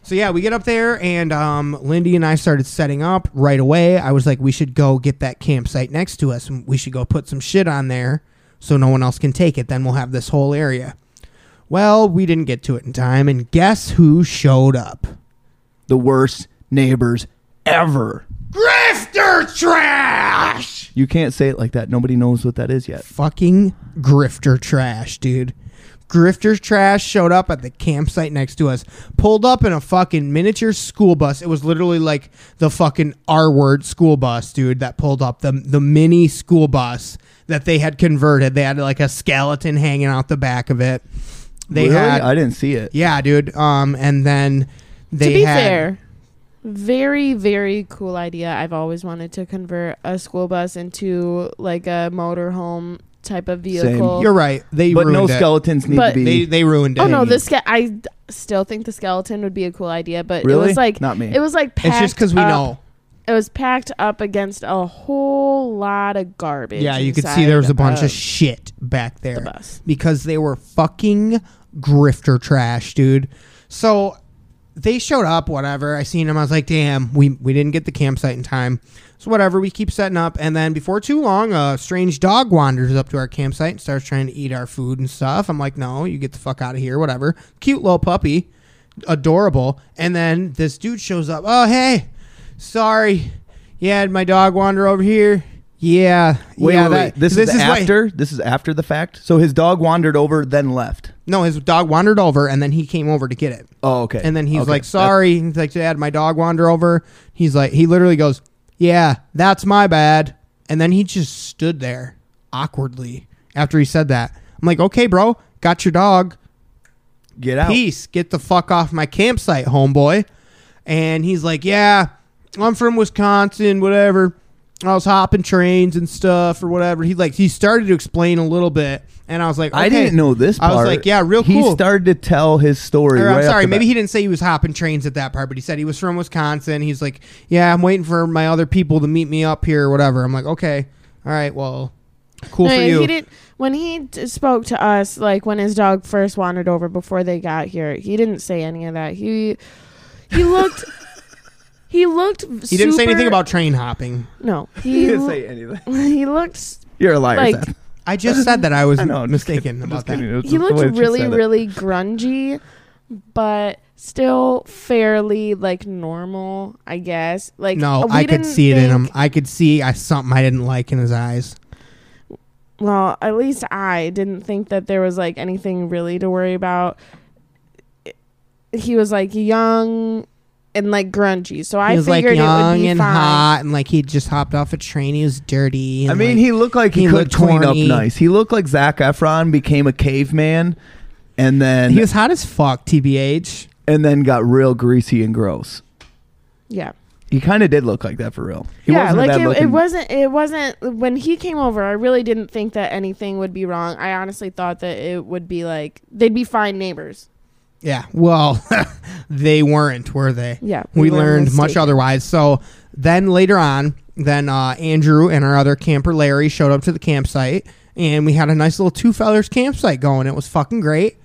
S2: so yeah, we get up there and um, Lindy and I started setting up right away. I was like, we should go get that campsite next to us. and We should go put some shit on there so no one else can take it. Then we'll have this whole area. Well, we didn't get to it in time, and guess who showed up?
S1: The worst neighbors ever.
S2: Grifter trash.
S1: You can't say it like that. Nobody knows what that is yet.
S2: fucking grifter trash, dude. Grifter trash showed up at the campsite next to us, pulled up in a fucking miniature school bus. It was literally like the fucking R word school bus, dude, that pulled up the the mini school bus that they had converted. They had like a skeleton hanging out the back of it. They
S1: Really?
S2: had
S1: I didn't see it.
S2: Yeah, dude. Um and then they
S6: to be
S2: had,
S6: fair, very very cool idea. I've always wanted to convert a school bus into like a motorhome type of vehicle.
S2: You're right. They
S1: But no
S2: ruined it.
S1: skeletons need
S6: But
S1: to be.
S2: They they ruined it.
S6: Oh no, this ske- I d- still think the skeleton would be a cool idea, but it
S1: Really?
S6: was like
S1: Not me.
S6: It was like packed
S2: It's just cuz we
S6: up-
S2: know.
S6: it was packed up against a whole lot of garbage.
S2: Yeah, you could see there was a bunch of,
S6: inside
S2: shit back there
S6: bus.
S2: because they were fucking grifter trash, dude. So they showed up, whatever. I seen them. I was like, damn, we, we didn't get the campsite in time. So whatever, we keep setting up. And then before too long, a strange dog wanders up to our campsite and starts trying to eat our food and stuff. I'm like, no, you get the fuck out of here, whatever. Cute little puppy, adorable. And then this dude shows up. Oh, hey, sorry. Yeah, did my dog wander over here? Yeah.
S1: Wait,
S2: yeah,
S1: wait, wait.
S2: that-
S1: This, is,
S2: why-
S1: after. this is after the fact. So his dog wandered over, then left.
S2: no, his dog wandered over and then he came over to get it.
S1: Oh, okay.
S2: And then he's
S1: Okay.
S2: like,
S1: That-
S2: sorry. He's like, Dad, my dog wander over. He's like, he literally goes, yeah, that's my bad. And then he just stood there awkwardly after he said that. I'm like, okay, bro, got your dog.
S1: get out.
S2: Peace. Get the fuck off my campsite, homeboy. And he's like, yeah, I'm from Wisconsin, whatever. I was hopping trains and stuff or whatever. He like he started to explain a little bit, and I was like,
S1: I
S2: okay.
S1: didn't know this part.
S2: I was like, yeah, real
S1: he
S2: cool.
S1: started to tell his story.
S2: Or,
S1: right
S2: I'm
S1: off
S2: sorry,
S1: the
S2: maybe
S1: bat.
S2: he didn't say he was hopping trains at that part, but he said he was from Wisconsin. He's like, yeah, I'm waiting for my other people to meet me up here or whatever. I'm like, okay, all right, well, cool
S6: No,
S2: for
S6: yeah,
S2: you.
S6: He didn't. When he d- spoke to us, like when his dog first wandered over before they got here, he didn't say any of that. He he looked. He looked.
S2: He didn't say anything about train hopping.
S6: No, he
S1: didn't
S6: lo-
S1: say anything.
S6: he looked. s-
S1: You're a liar.
S6: Like-
S1: Seth.
S2: I just said that I was
S1: I know, I'm just
S2: mistaken
S1: I'm
S2: about
S1: just
S2: that.
S1: kidding. It's
S6: He
S1: the way that
S6: looked
S1: you
S6: really,
S1: said it.
S6: really grungy, but still fairly like normal, I guess. Like
S2: No,
S6: Uh, we
S2: I could
S6: didn't
S2: see it in him.
S6: think-
S2: I could see I, something I didn't like in his eyes.
S6: Well, at least I didn't think that there was like anything really to worry about. He was like young and like grungy, so I
S2: he was like
S6: figured it would
S2: young
S6: be
S2: and
S6: fine.
S2: hot, and like he just hopped off a train. He was dirty.
S1: I
S2: and,
S1: mean,
S2: like-
S1: he looked like he,
S2: he
S1: could
S2: looked
S1: clean
S2: horny.
S1: up nice. He looked like Zach Efron became a caveman, and then
S2: he was hot as fuck. Tbh.
S1: and then got real greasy and gross.
S6: Yeah.
S1: He kind of did look like that for real. He
S6: yeah,
S1: wasn't a
S6: like
S1: bad
S6: it, it
S1: looking-
S6: wasn't. It wasn't when he came over. I really didn't think that anything would be wrong. I honestly thought that it would be like they'd be fine neighbors.
S2: Yeah. Well, they weren't, were they?
S6: Yeah,
S2: We,
S6: we were
S2: learned much
S6: mistaken.
S2: otherwise. So then later on, then uh, Andrew and our other camper Larry showed up to the campsite, and we had a nice little two fellers campsite going. It was fucking great.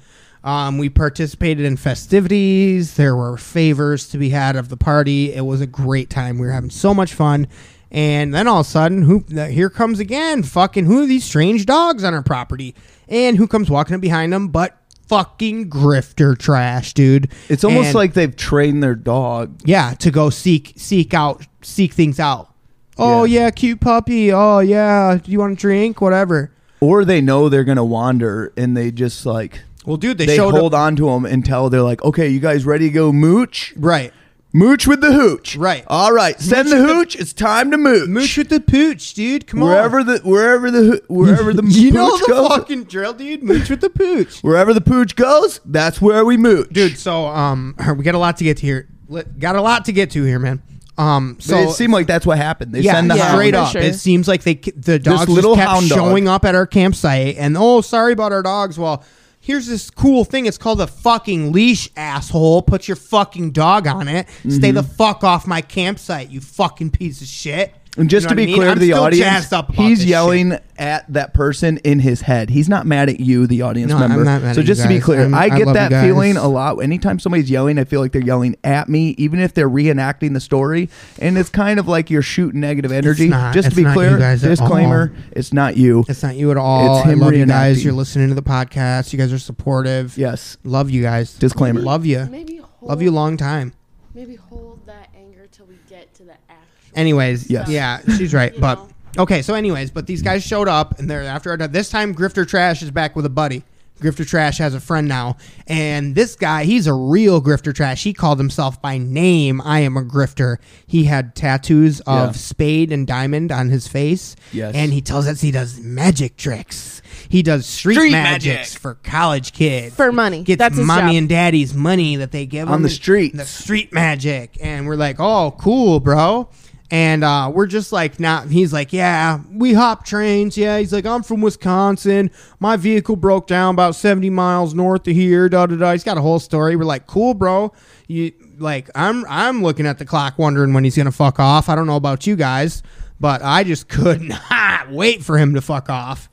S2: Um, we participated in festivities. There were favors to be had of the party. It was a great time. We were having so much fun. And then all of a sudden, who th- here comes again? Fucking who are these strange dogs on our property? And who comes walking up behind them? But fucking grifter trash, dude.
S1: It's almost
S2: And-
S1: like they've trained their dog.
S2: yeah to go seek seek out seek things out. Oh yeah, cute puppy. Oh yeah, do you want a drink? Whatever.
S1: Or they know they're going to wander and they just like,
S2: Well, dude, they,
S1: they
S2: showed
S1: hold
S2: up.
S1: on to them until they're like, okay, you guys ready to go mooch?
S2: Right.
S1: Mooch with the hooch.
S2: Right.
S1: All right. Send
S2: Mooch
S1: the
S2: with the-
S1: hooch. it's time to mooch.
S2: Mooch with the pooch, dude. Come on.
S1: wherever the wherever the hoo- wherever the
S2: you know
S1: pooch
S2: the
S1: goes,
S2: fucking drill, dude. Mooch with the pooch.
S1: wherever the pooch goes, that's where we mooch,
S2: dude. So um, we got a lot to get to here. Li- Got a lot to get to here, man. Um,
S1: So
S2: so
S1: it seemed like that's what happened. They
S2: yeah,
S1: send the
S2: yeah,
S1: hound.
S2: straight
S6: for
S2: up.
S6: sure.
S2: It seems like they k- the dogs
S1: little
S2: just kept
S1: hound dog.
S2: showing up at our campsite, and oh, sorry about our dogs. Well, here's this cool thing. It's called a fucking leash, asshole. Put your fucking dog on it. Stay the
S1: Mm-hmm.
S2: fuck off my campsite, you fucking piece of shit.
S1: And just
S2: You know
S1: to
S2: what
S1: be
S2: I mean?
S1: clear
S2: I'm
S1: to the
S2: still
S1: audience,
S2: jazzed up about this
S1: he's
S2: shit.
S1: yelling at that person in his head. He's not mad at you, the audience
S2: No, I'm
S1: member.
S2: not mad
S1: so
S2: at you
S1: just to be
S2: guys.
S1: clear,
S2: I'm-
S1: I
S2: I
S1: get
S2: love
S1: that
S2: you guys.
S1: feeling a lot. Anytime somebody's yelling, I feel like they're yelling at me, even if they're reenacting the story. And it's kind of like you're shooting negative energy.
S2: not.
S1: just to
S2: It's
S1: be
S2: not
S1: clear,
S2: you guys at
S1: disclaimer: it's not you.
S2: It's not you at all.
S1: It's him
S2: I love you
S1: reenacting.
S2: guys. You're listening to the podcast. You guys are supportive.
S1: yes,
S2: Love you guys.
S1: Disclaimer.
S2: Love you.
S6: Maybe hold,
S2: Love you long time.
S6: Maybe hold that anger till we get to the actual.
S2: Anyways,
S1: Yes.
S2: yeah, she's right.
S6: You
S2: but
S6: know.
S2: okay, so anyways, but these guys showed up and they're after our this time Grifter Trash is back with a buddy. Grifter Trash has a friend now, and this guy, he's a real Grifter Trash. He called himself by name. I am a grifter. He had tattoos of
S1: Yeah.
S2: spade and diamond on his face.
S1: Yes.
S2: And he tells us he does magic tricks. He does street,
S3: Street
S2: magics
S3: magic.
S2: for college kids.
S6: For money.
S2: Gets
S6: That's his
S2: mommy
S6: job.
S2: and daddy's money that they give
S1: On
S2: him
S1: the
S2: in-
S1: streets.
S2: The street magic and we're like oh cool bro and uh, we're just like now he's like yeah we hop trains yeah he's like i'm from wisconsin my vehicle broke down about 70 miles north of here da da da he's got a whole story we're like cool bro you like i'm i'm looking at the clock wondering when he's gonna fuck off i don't know about you guys but i just could not wait for him to fuck off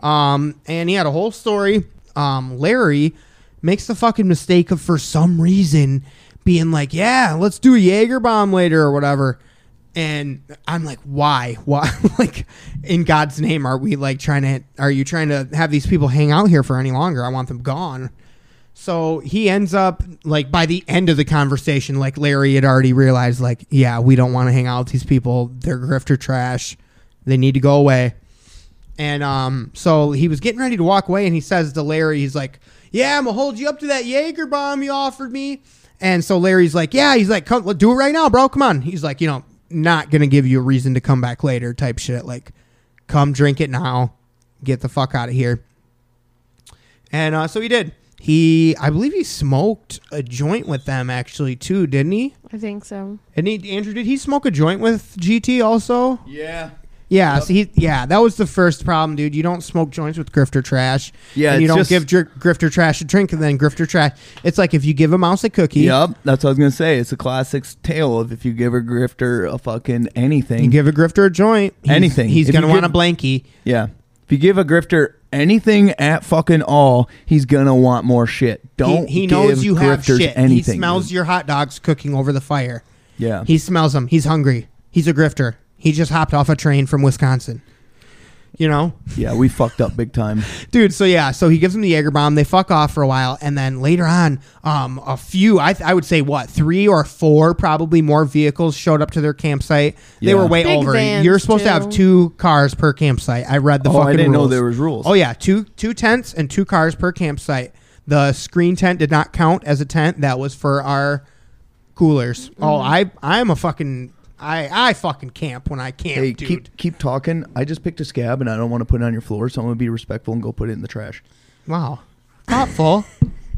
S2: um, and he had a whole story. Um, Larry makes the fucking mistake of for some reason being like, "Yeah, let's do a Jaeger bomb later or whatever." And I'm like, "Why? Why? like, in God's name, are we like trying to? Are you trying to have these people hang out here for any longer? I want them gone." So he ends up like by the end of the conversation, like Larry had already realized, like, yeah, we don't want to hang out with these people. They're grifter trash. They need to go away. And um, so he was getting ready to walk away, and he says to Larry, he's like, "Yeah, I'm gonna hold you up to that Jaeger bomb you offered me." And so Larry's like, "Yeah," he's like, "Come, let do it right now, bro. Come on." He's like, "You know, not gonna give you a reason to come back later, type shit. Like, come drink it now, get the fuck out of here." And uh, so he did. He, I believe, he smoked a joint with them actually too, didn't he?
S6: I think so.
S2: And he, Andrew, did he smoke a joint with GT also?
S1: yeah.
S2: Yeah, so he, yeah, that was the first problem, dude. You don't smoke joints with grifter trash.
S1: Yeah,
S2: and you
S1: it's
S2: don't
S1: just-
S2: give dr- grifter trash a drink, and then grifter trash. It's like if you give a mouse a cookie,
S1: Yep, that's what I was gonna say. It's a classic tale of if you give a grifter a fucking anything,
S2: you give a grifter a joint, he's-
S1: Anything.
S2: he's
S1: If
S2: gonna
S1: you
S2: want
S1: give-
S2: a blankie.
S1: Yeah. If you give a grifter anything at fucking all, he's gonna want more shit. Don't
S2: he, he
S1: give
S2: knows you have
S1: grifters
S2: shit.
S1: anything.
S2: he smells your hot dogs cooking over the fire.
S1: Yeah.
S2: He smells them. He's hungry. He's a grifter. He just hopped off a train from Wisconsin. You know,
S1: yeah, we fucked up big time.
S2: dude. So yeah, so he gives him the Jaeger bomb. They fuck off for a while, and then later on, um, a few, I, I would say what three or four, probably more vehicles showed up to their campsite. They
S1: Yeah.
S2: were way
S6: Big
S2: over.
S6: vans,
S2: You're supposed to have
S6: too.
S2: two cars per campsite. I read the
S1: Oh, I
S2: fucking.
S1: didn't know
S2: rules.
S1: there was rules.
S2: Oh yeah, two two tents and two cars per campsite. The screen tent did not count as a tent. That was for our coolers. Oh,
S6: Mm-hmm.
S2: I I'm a fucking. I, I fucking camp when I camp,
S1: Hey,
S2: dude.
S1: keep keep talking. I just picked a scab and I don't want to put it on your floor, so I'm gonna be respectful and go put it in the trash.
S2: Wow. Thoughtful.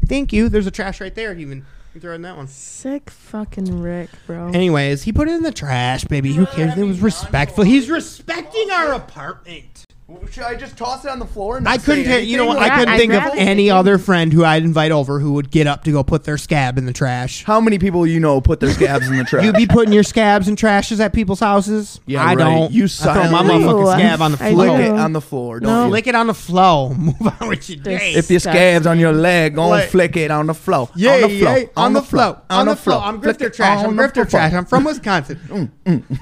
S2: Thank you. There's a trash right there, even. throwing that one.
S6: Sick fucking Rick, bro.
S2: Anyways, he put it in the trash, baby. Who cares? It was respectful. He's respecting our apartment.
S1: Should I just toss it on the floor? And
S2: I couldn't. T- you know what? I
S6: Yeah,
S2: couldn't
S6: I'd
S2: think of
S6: rather
S2: any
S6: think-
S2: other friend who I'd invite over who would get up to go put their scab in the trash.
S1: How many people you know put their scabs in the trash?
S2: You be putting your scabs and trashes at people's houses?
S1: Yeah,
S2: I
S1: right.
S2: don't.
S1: You
S2: I throw my
S1: silently-
S2: motherfucking
S6: Ew.
S2: scab on the
S6: I
S2: floor.
S1: lick
S6: do.
S1: it
S6: No.
S1: on the floor. Don't
S2: No,
S1: you?
S2: lick it on the flow. Move on with your day.
S1: If your scabs on your leg, go
S2: Like-
S1: and flick it on the floor.
S2: Yeah,
S1: on the floor.
S2: yeah, on the flow, on the flow. I'm
S1: Flick
S2: grifter
S1: it
S2: trash.
S1: on
S2: I'm
S1: the
S2: grifter
S1: floor.
S2: trash. I'm from Wisconsin. Mm,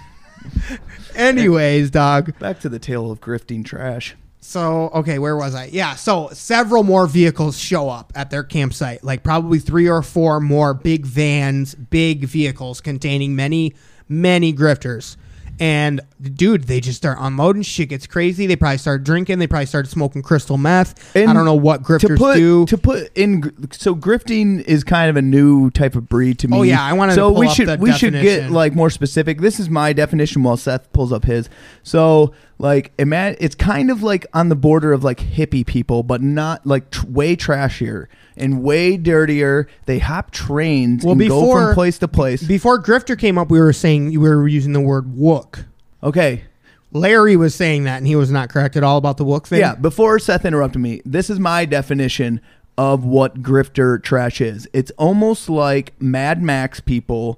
S2: Anyways, dog.
S1: Back to the tale of grifting trash.
S2: So okay, where was I? Yeah. So several more vehicles show up at their campsite, like probably three or four more big vans, big vehicles containing many, many grifters. And dude, they just start unloading. Shit gets crazy. They probably start drinking. They probably started smoking crystal meth. I
S1: And
S2: don't know what grifters
S1: to put,
S2: do.
S1: To put in, gr- so grifting is kind of a new type of breed to me.
S2: Oh, yeah, I wanted to
S1: So
S2: pull
S1: we
S2: up
S1: should
S2: the
S1: we should get
S2: definition.
S1: like more specific. This is my definition while Seth pulls up his. So like, imagine it's kind of like on the border of like hippie people, but not like tr- way trashier and way dirtier. They hop trains
S2: Well,
S1: and go
S2: before-
S1: from place to place.
S2: Before grifter came up, we were saying we were using the word wook.
S1: okay,
S2: Larry was saying that, and he was not correct at all about the wook thing.
S1: Yeah, before Seth interrupted me, this is my definition of what grifter trash is. It's almost like Mad Max people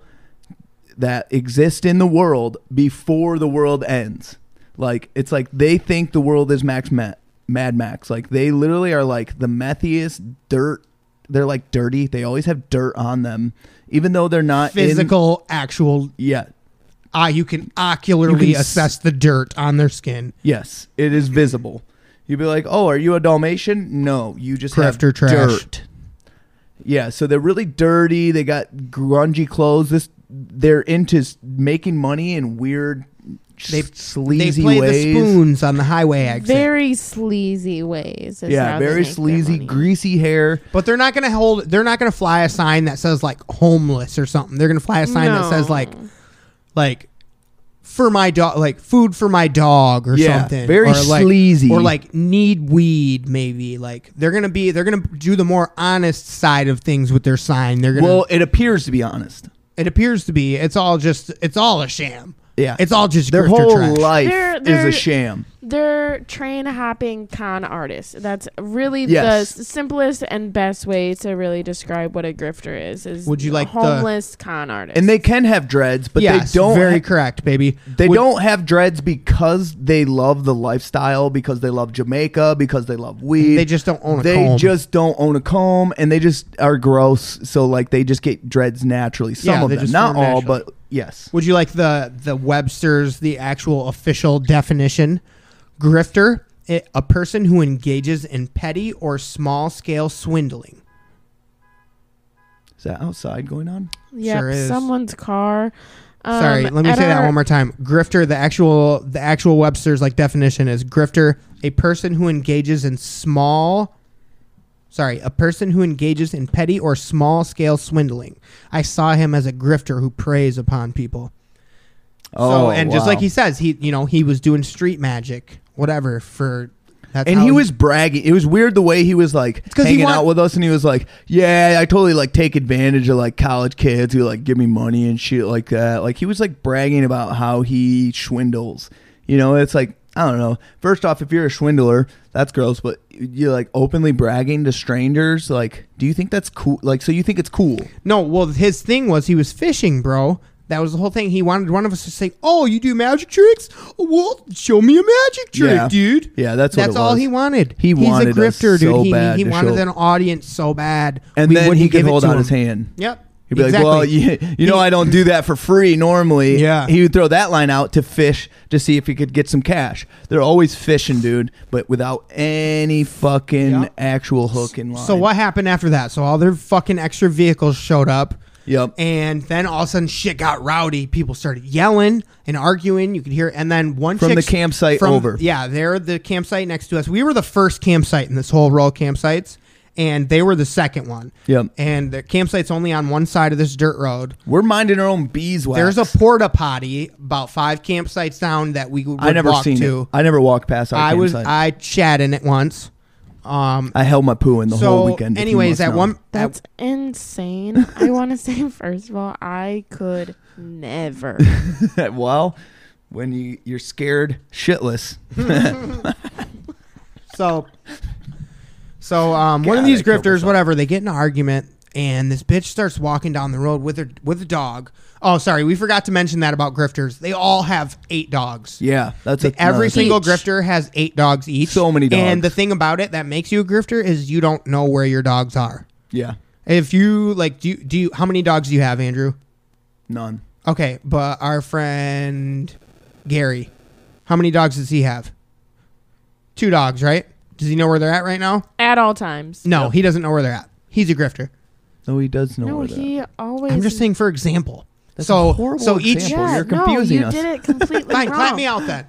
S1: that exist in the world before the world ends. Like it's like they think the world is Max Ma- Mad Max. Like they literally are like the methiest dirt. They're like dirty. They always have dirt on them, even though they're not in-
S2: physical, actual
S1: yeah.
S2: Ah, you can ocularly
S1: You can s-
S2: assess the dirt on their skin.
S1: Yes, it is visible. You'd be like, "Oh, are you a Dalmatian?" No, you just
S2: Crafter
S1: have
S2: trash.
S1: dirt. Yeah, so they're really dirty. They got grungy clothes. This they're into s- making money in weird,
S2: They-
S1: they, sleazy
S2: they play
S1: ways.
S2: the spoons on the highway exit,
S6: Very sleazy ways. is
S1: yeah,
S6: how they
S1: very
S6: make their
S1: sleazy,
S6: money.
S1: greasy hair.
S2: but they're not gonna hold. They're not gonna fly a sign that says like homeless or something. They're gonna fly a sign that says
S6: No.
S2: like, like, for my dog, like food for my dog or
S1: Yeah,
S2: something.
S1: very
S2: or, like,
S1: sleazy.
S2: or like need weed maybe. Like they're gonna be they're gonna do the more honest side of things with their sign. They're gonna.
S1: Well, it appears to be honest.
S2: it appears to be it's all just it's all a sham.
S1: Yeah,
S2: it's all just
S1: their
S2: grifter
S1: whole
S2: trash.
S1: life
S6: They're-
S1: is a
S6: they're-
S1: sham.
S6: They're train hopping con artists. That's really
S1: Yes.
S6: the s- simplest and best way to really describe what a grifter is. Is
S2: Would you like the-
S6: homeless con artist?
S1: And they can have dreads, but
S2: yes,
S1: they don't.
S2: very
S1: ha-
S2: correct, baby.
S1: They
S2: Would-
S1: don't have dreads because they love the lifestyle, because they love Jamaica, because they love weed.
S2: They just don't own a
S1: they
S2: comb.
S1: just don't own a comb, and they just are gross. So like they just get dreads naturally. Some
S2: Yeah,
S1: of
S2: they
S1: them,
S2: just
S1: not
S2: form
S1: all,
S2: naturally.
S1: but yes.
S2: Would you like the the Webster's the actual official definition? Grifter, i- a person who engages in petty or small scale swindling.
S1: Is that outside going on?
S6: yep,
S2: sure is.
S6: someone's car. Um,
S2: Sorry, let me
S6: at
S2: say that
S6: our-
S2: one more time. Grifter, the actual the actual Webster's like definition is grifter, a person who engages in small Sorry, a person who engages in petty or small scale swindling. I saw him as a grifter who preys upon people. so and just
S1: Oh, wow.
S2: like he says, he you know he was doing street magic, whatever for. That's
S1: And
S2: how
S1: he was bragging. It was weird the way he was like
S2: 'cause he
S1: hanging
S2: want-
S1: out with us, and he was like, "Yeah, I totally like take advantage of like college kids who like give me money and shit like that." Like he was like bragging about how he swindles. You know, it's like I don't know. First off, if you're a swindler, that's gross. But you're like openly bragging to strangers. Like, do you think that's cool? Like, so you think it's cool?
S2: no. Well, his thing was he was fishing, bro. That was the whole thing. He wanted one of us to say, "Oh, you do magic tricks? Well, show me a magic trick,
S1: Yeah.
S2: dude."
S1: Yeah, that's what
S2: that's
S1: it
S2: all
S1: was.
S2: he wanted.
S1: He
S2: He's
S1: wanted us
S2: a grifter, dude.
S1: so
S2: he
S1: bad
S2: he
S1: to
S2: wanted
S1: show-
S2: an audience so bad,
S1: And
S2: we
S1: then
S2: wouldn't
S1: he could
S2: give it
S1: hold
S2: to
S1: out
S2: him.
S1: his hand.
S2: Yep.
S1: He'd be
S2: exactly.
S1: like, well, you, you know,
S2: He-
S1: I don't do that for free normally.
S2: Yeah.
S1: He would throw that line out to fish to see if he could get some cash. They're always fishing, dude, but without any fucking
S2: Yep.
S1: actual hook and line.
S2: So what happened after that? So all their fucking extra vehicles showed up.
S1: Yep.
S2: And then all of a sudden shit got rowdy. People started yelling and arguing. You could hear and then one
S1: From the
S2: chick-
S1: campsite over.
S2: Yeah, they're the campsite next to us. We were the first campsite in this whole row of campsites. And they were the second one.
S1: Yep.
S2: And the campsite's only on one side of this dirt road.
S1: We're minding our own beeswax.
S2: There's a porta potty about five campsites down that we would
S1: I never
S2: walk
S1: seen
S2: to.
S1: it. I never walked past our
S2: I was
S1: campsite.
S2: I chat in it once. Um,
S1: I held my poo in the
S2: so,
S1: whole weekend. if you
S2: anyways,
S1: must
S2: at
S1: know.
S2: one at
S6: That's insane. I want to say, first of all, I could never.
S1: well, when you you're scared shitless,
S2: So, so um, one of
S1: God,
S2: these
S1: I killed
S2: grifters,
S1: myself.
S2: whatever, they get in an argument, and this bitch starts walking down the road with her with a dog. Oh, sorry, we forgot to mention that about grifters. They all have eight dogs.
S1: yeah, that's a,
S2: Every
S1: another thing.
S2: single grifter has eight dogs each.
S1: So many
S2: And
S1: dogs.
S2: the thing about it that makes you a grifter is you don't know where your dogs are.
S1: Yeah,
S2: If you like, do you, do you, how many dogs do you have, Andrew?
S1: none.
S2: Okay, but our friend Gary, how many dogs does he have? Two dogs, right? Does he know where they're at right now?
S6: At all times.
S2: No, he doesn't know where they're at. He's a grifter.
S1: No, he does know.
S6: No,
S1: where they're
S6: he always.
S2: I'm just saying for example. so
S1: a horrible
S2: so each
S1: example.
S6: Yeah,
S1: You're confusing
S6: no, you
S1: us.
S6: did it completely
S2: fine,
S6: wrong.
S2: clap me out then.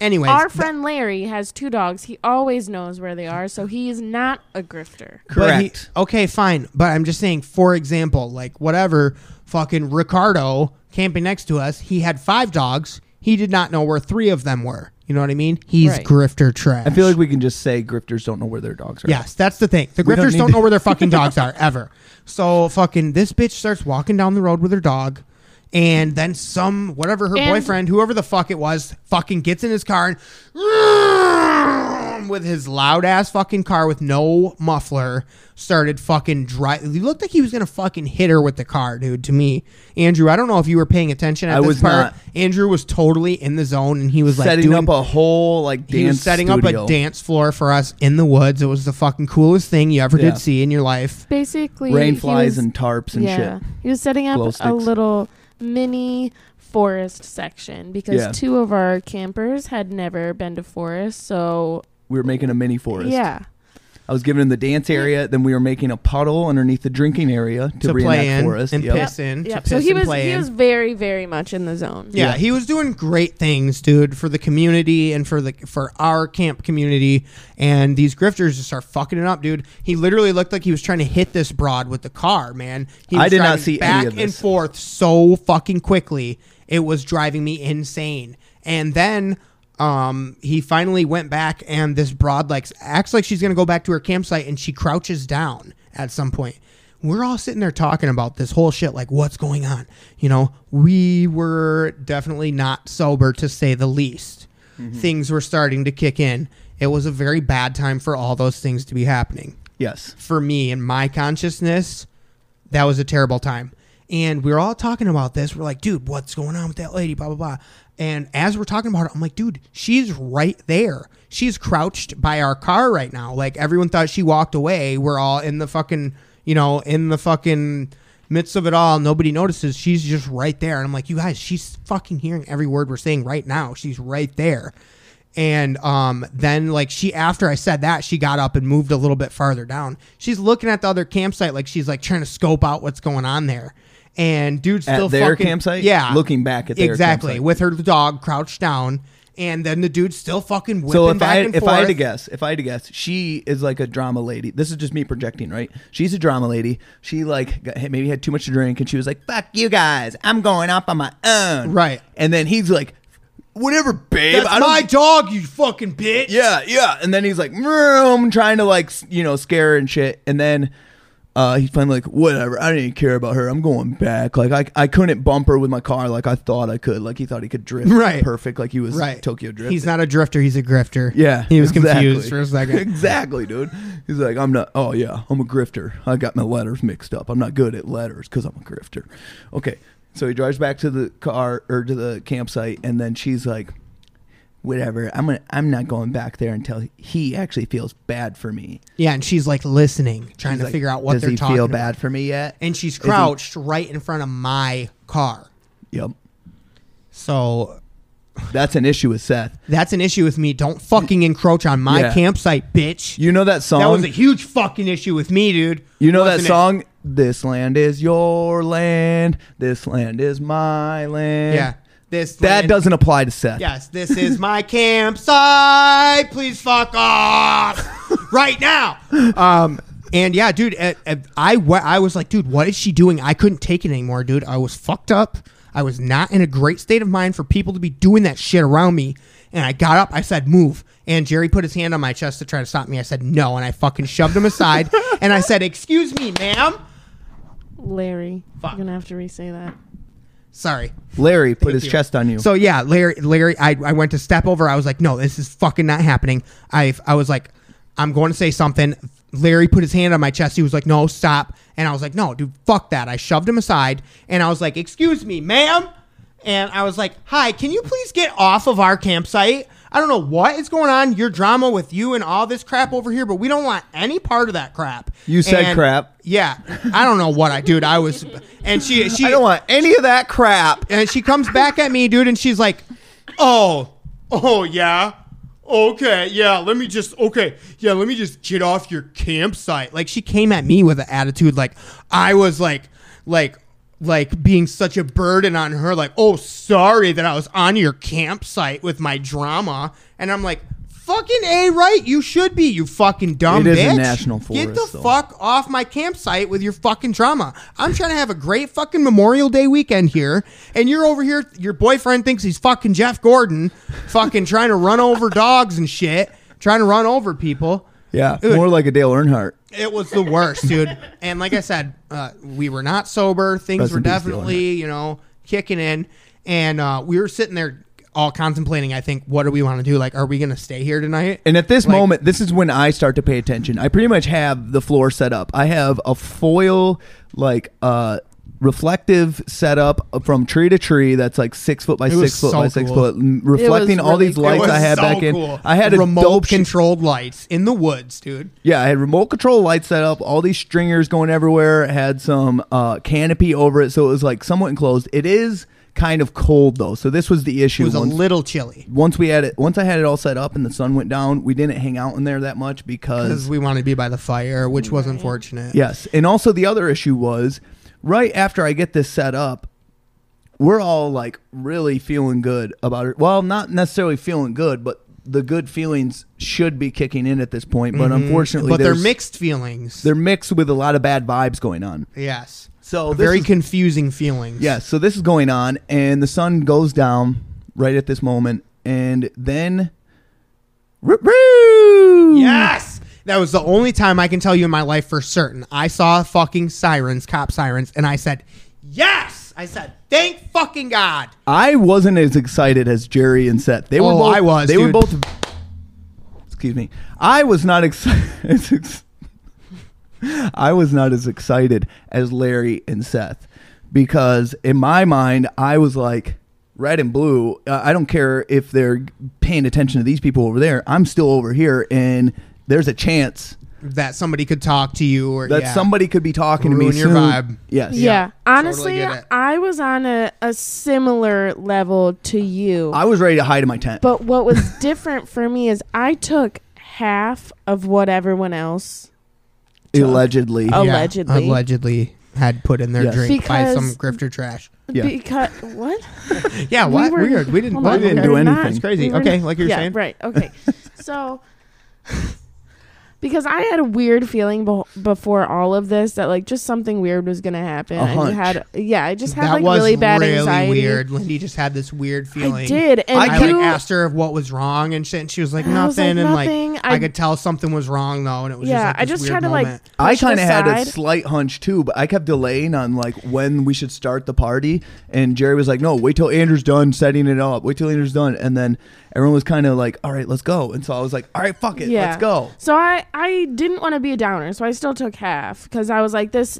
S2: Anyways,
S6: Our friend Larry has two dogs. He always knows where they are, so he is not a grifter.
S2: but he-
S1: Correct.
S2: okay, fine, but I'm just saying for example, like whatever fucking Ricardo camping next to us, he had five dogs. He did not know where three of them were. You know what I mean? He's
S6: Right.
S2: grifter trash.
S1: I feel like we can just say grifters don't know where their dogs are.
S2: Yes, that's the thing. The
S1: We don't
S2: grifters
S1: need
S2: don't,
S1: to-
S2: know where their fucking dogs are ever. So fucking this bitch starts walking down the road with her dog, and then some whatever her
S6: And-
S2: boyfriend, whoever the fuck it was, fucking gets in his car and with his loud ass fucking car with no muffler started fucking drive. He looked like he was gonna fucking hit her with the car, dude. To me, Andrew, I don't know if you were paying attention at
S1: I
S2: this
S1: was
S2: part.
S1: not.
S2: Andrew was totally in the zone, and he was like
S1: setting
S2: doing
S1: up a whole like dance
S2: he was setting
S1: studio.
S2: up a dance floor for us in the woods. It was the fucking coolest thing you ever
S1: Yeah.
S2: did see in your life.
S6: Basically,
S1: rain
S6: he
S1: flies
S6: was-
S1: and tarps and
S6: yeah,
S1: shit.
S6: he was setting
S1: Glow
S6: up a
S1: sticks.
S6: little mini forest section because
S1: Yeah.
S6: two of our campers had never been to forest, so
S1: We were making a mini forest.
S6: yeah.
S1: I was giving him the dance area. Then we were making a puddle underneath the drinking area to,
S2: To
S1: reenact
S2: play in
S1: forest.
S2: and
S1: Yep.
S2: piss in. to
S6: Yep.
S2: piss
S6: So he
S2: and
S6: was
S2: play
S6: he
S2: in.
S6: was very very much in the zone.
S2: yeah, he was doing great things, dude, for the community and for the for our camp community. And these grifters just are fucking it up, dude. He literally looked like he was trying to hit this broad with the car, man. He was
S1: I did not
S2: driving
S1: see any
S2: back
S1: of
S2: and
S1: this.
S2: forth so fucking quickly. It was driving me insane. And then um, he finally went back, and this broad like acts like she's gonna go back to her campsite, and she crouches down at some point. We're all sitting there talking about this whole shit, like what's going on. You know, we were definitely not sober to say the least.
S1: Mm-hmm.
S2: Things were starting to kick in. It was a very bad time for all those things to be happening
S1: Yes.
S2: for me and my consciousness, that was a terrible time. And we were all talking about this. We're like, dude, what's going on with that lady? Blah, blah, blah. And as we're talking about it, I'm like, dude, she's right there. She's crouched by our car right now. Like, everyone thought she walked away. We're all in the fucking, you know, in the fucking midst of it all. Nobody notices. She's just right there. And I'm like, you guys, she's fucking hearing every word we're saying right now. She's right there and um, then like she after i said that she got up and moved a little bit farther down she's looking at the other campsite like she's like trying to scope out what's going on there and dude's
S1: At
S2: still
S1: their
S2: fucking,
S1: campsite?
S2: yeah
S1: Looking back at their
S2: exactly
S1: campsite.
S2: with her dog crouched down and then the dude's still fucking whipping
S1: So if
S2: back
S1: I
S2: and
S1: if
S2: forth.
S1: I had to guess, if I had to guess, she is like a drama lady. This is just me projecting, right? She's a drama lady. She like got, maybe had too much to drink, and she was like, "Fuck you guys, I'm going off on my own."
S2: Right.
S1: And then he's like, "Whatever, babe.
S2: that's
S1: I don't
S2: my dog you fucking bitch
S1: Yeah, yeah. And then he's like, vroom, trying to like, s- you know, scare her and shit. And then uh, he's finally like, whatever. I didn't care about her. I'm going back. Like, I, I couldn't bump her with my car like I thought I could. Like, he thought he could drift
S2: Right.
S1: perfect. Like, he was
S2: right
S1: Tokyo Drift.
S2: he's not a drifter he's a grifter
S1: Yeah.
S2: he was
S1: exactly.
S2: confused for a second
S1: exactly, dude. He's like, I'm not, oh, yeah, I'm a grifter. I got my letters mixed up. I'm not good at letters because I'm a grifter. Okay. So he drives back to the car or to the campsite, and then she's like, whatever. I'm gonna, I'm not going back there until he actually feels bad for me.
S2: yeah and she's like listening trying
S1: He's
S2: to
S1: like,
S2: figure out what
S1: does
S2: they're
S1: he
S2: talking
S1: feel
S2: about
S1: bad for me yet?
S2: and she's
S1: he-
S2: crouched right in front of my car.
S1: yep,
S2: So
S1: that's an issue with Seth.
S2: that's an issue with me. Don't fucking encroach on my
S1: Yeah.
S2: campsite, bitch.
S1: You know that song.
S2: that was a huge fucking issue with me, dude.
S1: you know that
S2: Wasn't it?
S1: song. This land is your land. This land is my land.
S2: Yeah. This
S1: that
S2: land-
S1: doesn't apply to Seth.
S2: Yes, this is my campsite. Please fuck off right now. Um, and yeah, dude, uh, uh, I wa- I was like, dude, what is she doing? I couldn't take it anymore, dude. I was fucked up. I was not in a great state of mind for people to be doing that shit around me. And I got up. I said, move. And Jerry put his hand on my chest to try to stop me. I said no, and I fucking shoved him aside. and I said, "Excuse me, ma'am."
S6: Larry. You're gonna have to re-say that.
S2: Sorry.
S1: Larry put his
S2: you.
S1: chest on you.
S2: So yeah, Larry, Larry, I, I went to step over. I was like, no, this is fucking not happening. I I was like, I'm going to say something. Larry put his hand on my chest. He was like, no, stop. And I was like, no, dude, fuck that. I shoved him aside, and I was like, excuse me, ma'am. And I was like, hi, can you please get off of our campsite? I don't know what is going on, your drama with you and all this crap over here, but we don't want any part of that crap.
S1: You said
S2: And-
S1: crap.
S2: Yeah. I don't know what I dude, I was and she she
S1: I don't want any of that crap.
S2: and she comes back at me, dude, and she's like, "Oh, oh yeah, okay, yeah. Let me just okay, yeah. Let me just get off your campsite." Like she came at me with an attitude, like I was like, like, like being such a burden on her. Like, oh, sorry that I was on your campsite with my drama, and I'm like. Fucking a right, you should be, you fucking dumb
S1: It is a
S2: bitch.
S1: national
S2: Get the
S1: forest, though.
S2: fuck off my campsite with your fucking drama. I'm trying to have a great fucking Memorial Day weekend here, and you're over here. Your boyfriend thinks he's fucking Jeff Gordon, fucking trying to run over dogs and shit, trying to run over people.
S1: Yeah,
S2: Dude.
S1: more like a Dale Earnhardt.
S2: It was the worst, dude. And like I said, uh, we were not sober. Things
S1: Rest
S2: were
S1: in peace,
S2: definitely, you know, kicking in. And uh, we were sitting there all contemplating, I think, what do we want to do? Like, are we going to stay here tonight?
S1: And at this
S2: Like-
S1: moment, this is when I start to pay attention. I pretty much have the floor set up. I have a foil, like, uh, reflective setup from tree to tree that's like six foot by
S2: was
S1: six foot
S2: so
S1: by six
S2: cool.
S1: foot, m- reflecting all
S6: really
S1: these
S6: cool.
S2: It
S1: lights
S2: was
S1: I had
S2: so
S1: back
S2: cool.
S1: in. I had a
S2: remote
S1: dope sh-
S2: controlled lights in the woods, dude.
S1: Yeah, I had remote control lights set up, all these stringers going everywhere, had some uh, canopy over it, so it was like somewhat enclosed. It is kind of cold though, so this was the issue.
S2: It was a
S1: once,
S2: little chilly
S1: once we had it, once I had it all set up and the sun went down, we didn't hang out in there that much
S2: because
S1: because
S2: we wanted to be by the fire, which was unfortunate.
S1: yes, and also the other issue was right after I get this set up, we're all like really feeling good about it. Well, not necessarily feeling good, but the good feelings should be kicking in at this point, but unfortunately,
S2: Mm-hmm. but they're
S1: there's-
S2: mixed feelings.
S1: They're mixed with a lot of bad vibes going on.
S2: yes,
S1: So this
S2: very
S1: is-
S2: confusing feelings.
S1: Yeah, so this is going on, and the sun goes down right at this moment, and then. Roo-roo!
S2: Yes. That was the only time I can tell you in my life for certain. I saw fucking sirens, cop sirens, and I said, "Yes!" I said, "Thank fucking God!"
S1: I wasn't as excited as Jerry and Seth. They were
S2: Oh,
S1: both.
S2: I was,
S1: They were
S2: dude.
S1: both. Excuse me. I was not excited. I was not as excited as Larry and Seth because in my mind I was like red and blue. Uh, I don't care if they're paying attention to these people over there. I'm still over here, and there's a chance
S2: That somebody could talk to you, or
S1: that
S2: yeah.
S1: somebody could be talking to
S2: Ruin
S1: me
S2: your
S1: soon.
S2: vibe.
S1: Yes.
S6: Yeah. Honestly,
S2: get it.
S6: I was on a, a similar level to you.
S1: I was ready to hide in my tent.
S6: But what was different for me is I took half of what everyone else
S1: allegedly.
S6: Oh.
S2: Yeah,
S6: Allegedly.
S2: allegedly had put in their
S1: Yes.
S2: drink by
S6: Because-
S2: some grifter trash.
S1: Yeah.
S6: because what?
S2: Yeah,
S6: We
S2: what?
S6: were-
S2: Weird. We didn't.
S6: Hold on,
S1: we didn't
S6: we
S1: do
S6: were
S1: anything.
S6: not-
S1: It's
S2: crazy.
S6: we were
S2: Okay,
S6: not-
S2: like you were
S6: yeah,
S2: saying.
S6: Right. Okay. so because I had a weird feeling beh before all of this that like just something weird was going to happen.
S1: A
S6: I
S1: hunch.
S6: had yeah, I just had
S2: that
S6: like
S2: was
S6: really bad
S2: really
S6: anxiety.
S2: weird. Lindy just had this weird feeling.
S6: I did, and
S2: I,
S6: you,
S2: like asked her what was wrong and shit, and she was like
S6: And I was
S2: nothing,
S6: like,
S2: and
S6: nothing.
S2: like I,
S6: I-
S2: could tell something was wrong though, and it was
S6: yeah,
S2: just like
S6: I
S2: this
S6: just
S2: weird
S6: tried to like.
S2: moment.
S1: I
S6: push it
S1: kind of had a
S6: aside.
S1: slight hunch too, but I kept delaying on like when we should start the party. And Jerry was like, "No, wait till Andrew's done setting it up. Wait till Andrew's done." And then everyone was kind of like, "All right, let's go." And so I was like, "All right, fuck it, let's go."
S6: So I I didn't want to be a downer, so I still took half because I was like this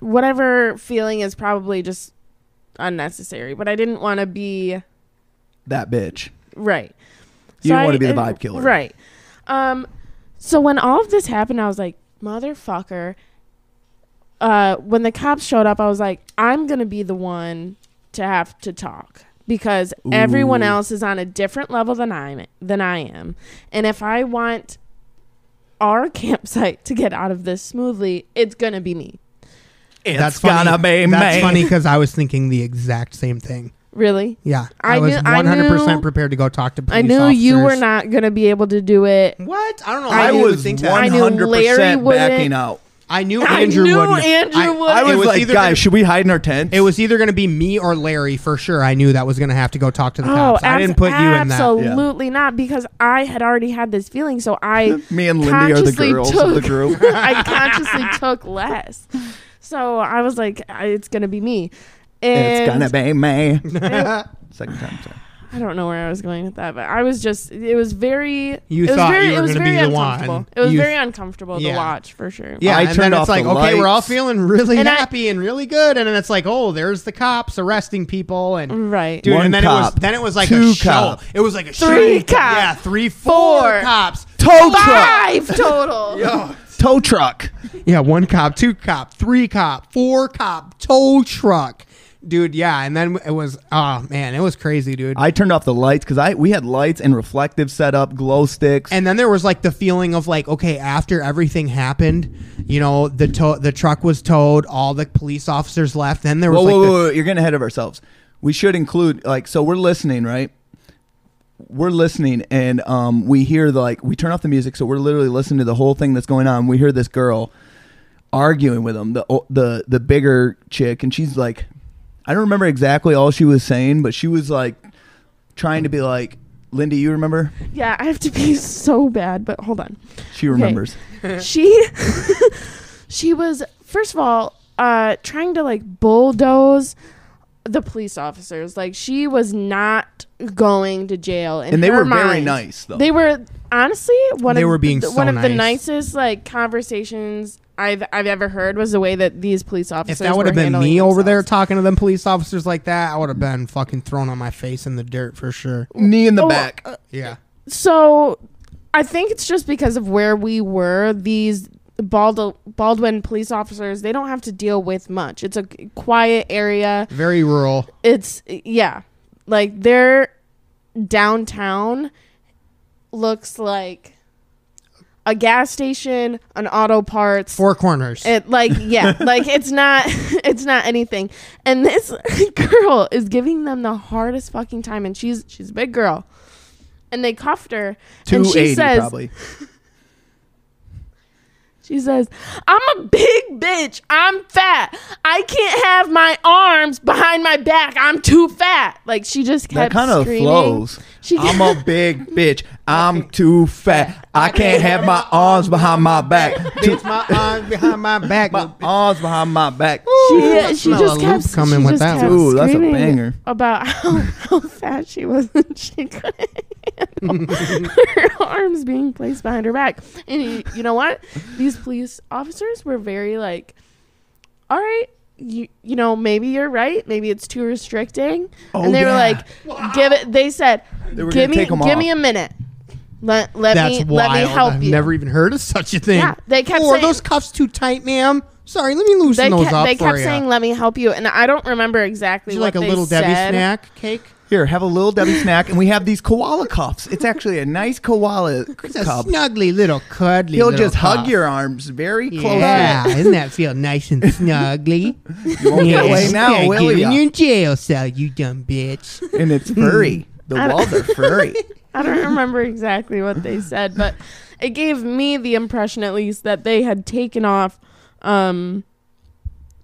S6: whatever feeling is probably just unnecessary, but I didn't want to be
S1: That bitch.
S6: right.
S1: You don't
S6: I-
S1: wanna be the
S6: uh,
S1: vibe killer.
S6: Right. Um so when all of this happened, I was like, motherfucker. Uh when the cops showed up, I was like, I'm going to be the one to have to talk because everyone
S1: Ooh.
S6: else is on a different level than I than I am. And if I want our campsite to get out of this smoothly, it's going to be me.
S1: It's
S2: that's funny.
S1: gonna be
S2: that's
S1: me.
S2: funny because I was thinking the exact same thing.
S6: Really?
S2: Yeah, I,
S6: I
S2: was
S6: knew- I
S2: one hundred percent
S6: knew-
S2: prepared to go talk to. Police
S6: I knew you were
S2: officers.
S6: not going to be able to do it.
S2: What? I don't know.
S6: I
S1: I
S2: why you would
S1: was
S2: think
S1: one
S2: that.
S6: I knew
S1: hundred
S6: Larry
S1: percent
S6: wouldn't-
S1: backing out.
S2: I knew
S6: I
S2: Andrew
S6: knew
S2: would.
S6: Andrew would.
S2: it
S1: I was, like,
S2: either
S1: guys,
S2: gonna-
S1: should we hide in our tents?
S2: it was either going to be me or Larry for sure. I knew that was going to have to go talk to the cops. I
S6: Oh, abs-
S2: didn't put you in that.
S6: Absolutely not, because I had already had this feeling. So I
S1: Me and Lindy are the
S6: consciously
S1: girls
S6: took,
S1: of the group.
S6: I consciously took less. So I was like, I- it's gonna be me. And
S1: it's gonna be me. Second time. Sorry.
S6: I don't know where I was going with that, but I was just. It was very.
S2: You
S6: it was
S2: thought
S6: very,
S2: you were
S6: it was
S2: gonna
S6: very
S2: be the one.
S6: uncomfortable. It was
S2: You-
S6: very uncomfortable
S2: Yeah.
S6: to watch for sure.
S2: Yeah,
S1: I
S2: and then
S1: turned
S2: it's
S1: off
S2: like,
S1: the
S2: okay, we're all
S1: lights.
S2: feeling really
S6: And I-
S2: happy and really good, and then it's like, oh, there's the cops arresting people, and
S6: Right.
S2: dude,
S1: One
S2: and then it was
S1: cop,
S2: then it was like
S1: two
S2: a show.
S1: cop,
S2: It was like a
S6: three
S2: show.
S6: cops,
S2: yeah, three, four,
S6: four.
S2: cops,
S1: Tow truck.
S6: Five total.
S1: Tow truck.
S2: yeah, one cop, two cop, three cop, four cop, tow truck, dude, yeah, and then it was, oh man, it was crazy, dude.
S1: I turned off the lights because I we had lights and reflective setup, glow sticks.
S2: and then there was like the feeling of like okay after everything happened you know the to- the truck was towed all the police officers left then there was
S1: whoa,
S2: like
S1: whoa,
S2: the-
S1: whoa, whoa, you're getting ahead of ourselves. We should include like so we're listening, right? We're listening and um, we hear like we turn off the music, so we're literally listening to the whole thing that's going on. We hear this girl arguing with him, the the the bigger chick, and she's like, I don't remember exactly all she was saying, but she was like trying to be like, Lindy, you remember?
S6: Yeah, I have to pee so bad, but hold on.
S1: She remembers.
S6: she she was first of all uh trying to like bulldoze the police officers like she was not going to jail in
S1: And they were
S6: her
S1: very
S6: mind.
S1: nice, though.
S6: they were honestly one
S2: They
S6: of
S2: were being
S6: the,
S2: so
S6: one of the
S2: nice.
S6: nicest like conversations I've I've ever heard was the way that these police
S2: if
S6: officers
S2: that
S6: would
S2: would have been me over there talking to them police officers like that i would have been fucking thrown on my face in the dirt for sure
S1: Knee in
S6: Oh,
S1: the back.
S6: uh,
S2: yeah
S6: so I think it's just because of where we were. These Bald- Baldwin police officers, they don't have to deal with much. It's a quiet area.
S2: very rural
S6: It's yeah, like their downtown looks like a gas station, an auto parts,
S2: four corners
S6: it like yeah, like it's not it's not anything. And this girl is giving them the hardest fucking time and she's she's a big girl. And they cuffed her and
S1: 280
S6: she says
S1: probably.
S6: she says, "I'm a big bitch. I'm fat. I can't have my arms behind my back. I'm too fat." Like she just
S1: That
S6: kept
S1: kind of
S6: screaming.
S1: flows.
S6: She
S1: I'm a big bitch. I'm too fat. I can't have my arms behind my back. Too-
S2: it's my arms behind my back
S1: my arms behind my back.
S6: she, she
S2: smell
S6: just
S2: a
S6: kept
S2: loop coming
S6: she
S2: with
S6: just
S2: that
S6: kept
S2: one.
S1: Ooh, that's a
S6: screaming
S1: banger.
S6: About how, how fat she was and she couldn't handle her arms being placed behind her back. And you, you know what? These police officers were very like, all right. You, you know maybe you're right maybe it's too restricting
S2: Oh,
S6: and they
S1: yeah.
S6: were like give it they said
S1: were
S6: give
S1: gonna
S6: me
S1: take 'em
S6: give me a
S1: off."
S6: minute let let
S2: that's
S6: me
S2: wild
S6: let me help
S2: i've
S6: you
S2: never even heard of such a thing
S6: Yeah, they kept
S2: oh, are
S6: saying-
S2: those cuffs too tight ma'am sorry let me loosen
S6: they,
S2: those
S6: kept,
S2: up
S6: they
S2: for
S6: kept
S2: ya.
S6: saying let me help you and I don't remember exactly
S2: Would you
S6: what
S2: like a
S6: they
S2: little
S6: said.
S2: debbie snack cake
S1: Here, have a little Debbie snack, and we have these koala cuffs. It's actually a nice koala
S2: It's a
S1: cup.
S2: snuggly little cuddly.
S1: He'll
S2: little
S1: just hug
S2: pup.
S1: your arms very close.
S2: Yeah, doesn't that feel nice and snuggly?
S1: You won't get away now, uh, will
S2: In
S1: you?
S2: your jail cell, you dumb bitch.
S1: And
S6: Mm.
S1: it's furry. The walls are furry.
S6: I don't remember exactly what they said, but it gave me the impression, at least, that they had taken off um,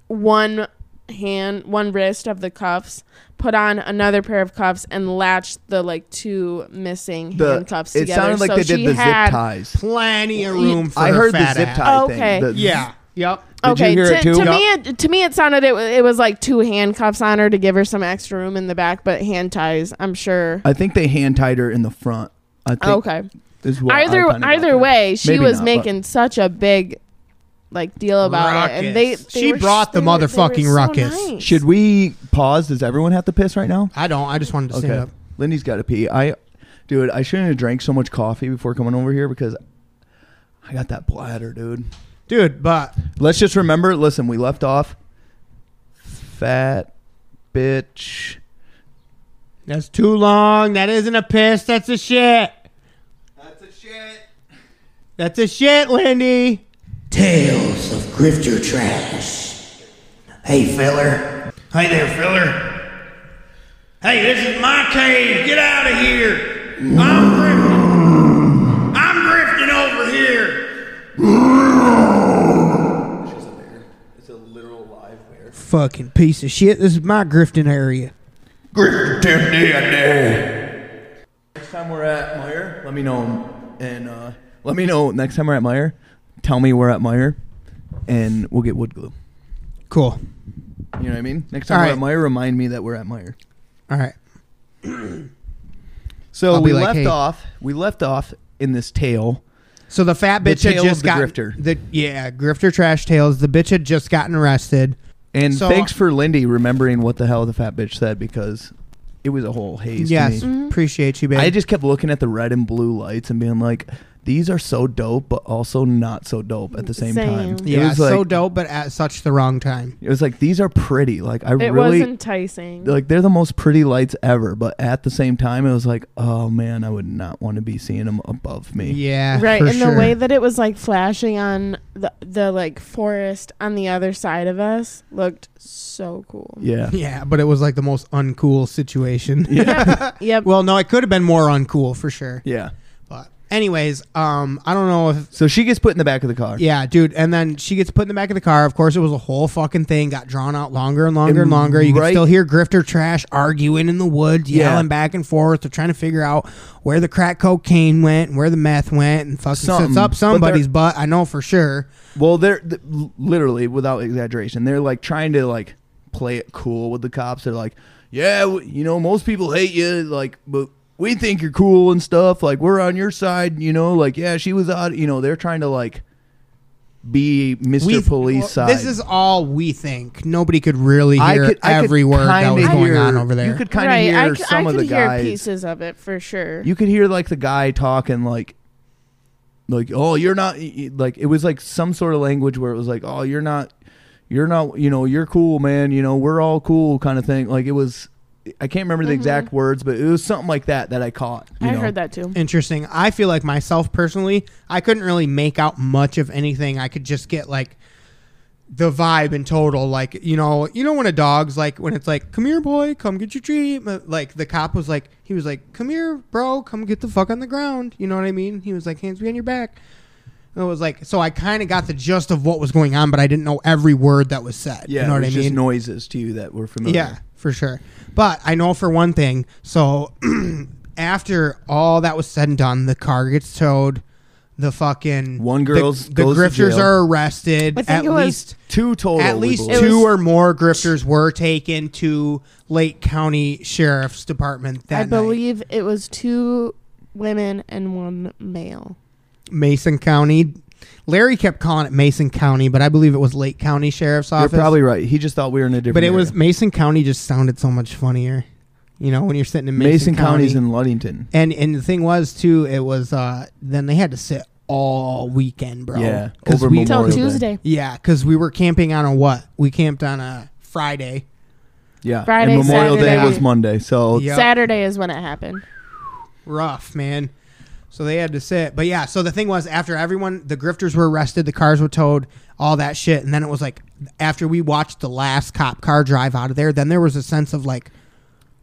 S6: one hand, one wrist of the cuffs, put on another pair of cuffs, and latched the like two missing
S1: The-
S6: handcuffs
S1: it
S6: together.
S1: sounded like
S6: so
S1: they
S6: she
S1: did the zip
S6: had-
S1: ties.
S2: Plenty of room for
S1: I
S2: her
S1: heard the
S2: fat
S1: zip
S2: ass.
S1: tie
S6: Oh,
S1: thing.
S6: okay.
S1: The-
S2: Yeah. Yep.
S1: Did you
S6: okay,
S1: hear
S6: to,
S1: it too?
S6: to
S1: Yup.
S6: me, it, to me, it sounded it, wa- it was like two handcuffs on her to give her some extra room in the back, but hand ties. I'm sure.
S1: I think they hand tied her in the front. I think
S6: Oh, Okay.
S1: is what I
S6: either
S1: kinda got
S6: either
S1: there.
S6: way, she
S1: Maybe not,
S6: was
S1: but-
S6: making such a big like deal about it, and they,
S2: Ruckus.
S6: they
S2: She
S6: were-
S2: brought the
S6: they were- they were
S2: motherfucking
S6: so
S2: ruckus.
S6: nice.
S1: Should we pause? Does everyone have to piss right now?
S2: I don't. I just wanted to stand
S1: Okay.
S2: up.
S1: Lindy's got to pee. I, dude, I shouldn't have drank so much coffee before coming over here because I got that bladder, dude.
S2: Dude, but
S1: Let's just remember. Listen, we left off. Fat bitch.
S2: that's too long. That isn't a piss. That's a shit.
S1: That's a shit.
S2: That's a shit, Lindy.
S8: Tales of Grifter Trash. Hey, filler. Hey there, filler. Hey, this is my cave. Get out of here. I'm grifting. I'm grifting over here.
S9: fucking piece of shit. This is my grifting area.
S1: Grifton DNA. Next time we're at Meyer, let me know. And uh, let me know next time we're at Meyer. Tell me we're at Meyer, and we'll get wood glue.
S9: Cool.
S1: You know what I mean? Next time
S9: All
S1: we're
S9: right.
S1: at Meyer, remind me that we're at Meyer.
S9: All right.
S1: So
S2: I'll
S1: we
S2: be like,
S1: left
S2: "Hey."
S1: off. We left off in this tale.
S2: So the fat
S1: The
S2: bitch had
S1: tale of
S2: just
S1: the
S2: got
S1: grifter.
S2: The, yeah, grifter trash tails. The bitch had just gotten arrested.
S1: And
S2: So-
S1: thanks for Lindy remembering what the hell the fat bitch said because it was a whole haze. to
S2: yes,
S1: me.
S2: appreciate you, babe.
S1: I just kept looking at the red and blue lights and being like, these are so dope, but also not so dope at the same, time.
S6: Same.
S2: yeah,
S1: it was like,
S2: so dope, but at such the wrong time.
S1: It was like these are pretty. Like I
S6: It
S1: really
S6: was enticing.
S1: like they're the most pretty lights ever. But at the same time, it was like, oh man, I would not want to be seeing them above me.
S2: Yeah,
S6: right
S2: for
S6: and
S2: sure.
S6: the way that it was like flashing on the, the like forest on the other side of us looked so cool
S1: Yeah.
S2: yeah, but it was like the most uncool situation.
S6: yep
S2: well, no, it could have been more uncool for sure.
S1: Yeah.
S2: But anyways, um, I don't know if
S1: So she gets put in the back of the car.
S2: Yeah, dude. And then she gets put in the back of the car. Of course, it was a whole fucking thing. Got drawn out longer and longer and,
S1: And
S2: longer. You
S1: right-
S2: can still hear Grifter Trash arguing in the woods,
S1: Yeah.
S2: yelling back and forth. They're trying to figure out where the crack cocaine went and where the meth went, and fucking
S1: Something.
S2: sets up
S1: But
S2: somebody's butt. I know for sure.
S1: Well, they're th- l- literally, without exaggeration, they're like trying to like play it cool with the cops. They're like, yeah, w- you know, most people hate you, like, but we think you're cool and stuff. Like, we're on your side, you know. Like, yeah, she was out. You know, they're trying to like be Mr. Police
S2: well,
S1: side.
S2: This is all we think. Nobody could really hear every word that
S1: kinda
S2: was going
S1: hear-
S2: on over there.
S1: You could kind of
S6: right
S1: hear
S6: i, c-
S1: some
S6: I
S1: of
S6: could
S1: the
S6: hear
S1: guys.
S6: pieces of it for sure
S1: You could hear like the guy talking like like oh you're not y- y- like it was like some sort of language where it was like oh you're not you're not you know you're cool man you know we're all cool kind of thing like it was I can't remember the exact words but it was something like that that I caught you
S6: Mm-hmm. i
S1: know?
S6: heard that too
S2: interesting. I feel like myself personally, I couldn't really make out much of anything. I could just get like the vibe in total. Like, you know, you know when a dog's like when it's like, Come here, boy, come get your treat uh, like the cop was like he was like, Come here, bro, come get the fuck on the ground. You know what I mean? He was like, Hands behind your back. And It was like so. I kind of got the gist of what was going on, but I didn't know every word that was said.
S1: yeah
S2: you know
S1: it
S2: what I
S1: was
S2: mean?
S1: just noises to you that were familiar
S2: Yeah, for sure. But I know for one thing. So after all that was said and done, the car gets towed. The fucking
S1: One
S2: the-
S1: girl's-
S2: the,
S1: goes to
S2: grifters
S1: jail.
S2: are arrested.
S6: I think
S2: At
S6: it was-
S2: least
S1: two total
S2: at
S1: we
S2: least
S1: believe.
S6: It
S2: two
S6: was-
S2: or more grifters were taken to Lake County Sheriff's Department that
S6: i
S2: night.
S6: believe it was two women and one male
S2: Mason County. Larry kept calling it Mason County, but I believe it was Lake County Sheriff's
S1: you're
S2: Office.
S1: probably right he just thought we were in a different
S2: but it was
S1: area.
S2: Mason County. Just sounded so much funnier, you know, when you're sitting in Mason,
S1: Mason County's
S2: County.
S1: in Ludington
S2: And and the thing was too, it was uh then they had to sit all weekend, bro.
S1: yeah
S2: 'Cause
S1: over
S2: we,
S1: Memorial
S6: till
S1: Day.
S6: tuesday
S2: yeah, because we were camping on a what? We camped on a Friday.
S1: yeah
S6: Friday,
S1: and Memorial Day
S6: Saturday.
S1: was Monday so
S2: Yep.
S6: saturday is when it happened
S2: rough, man. So they had to sit. But yeah, so the thing was after everyone the grifters were arrested, the cars were towed, all that shit, and then it was like after we watched the last cop car drive out of there, then there was a sense of like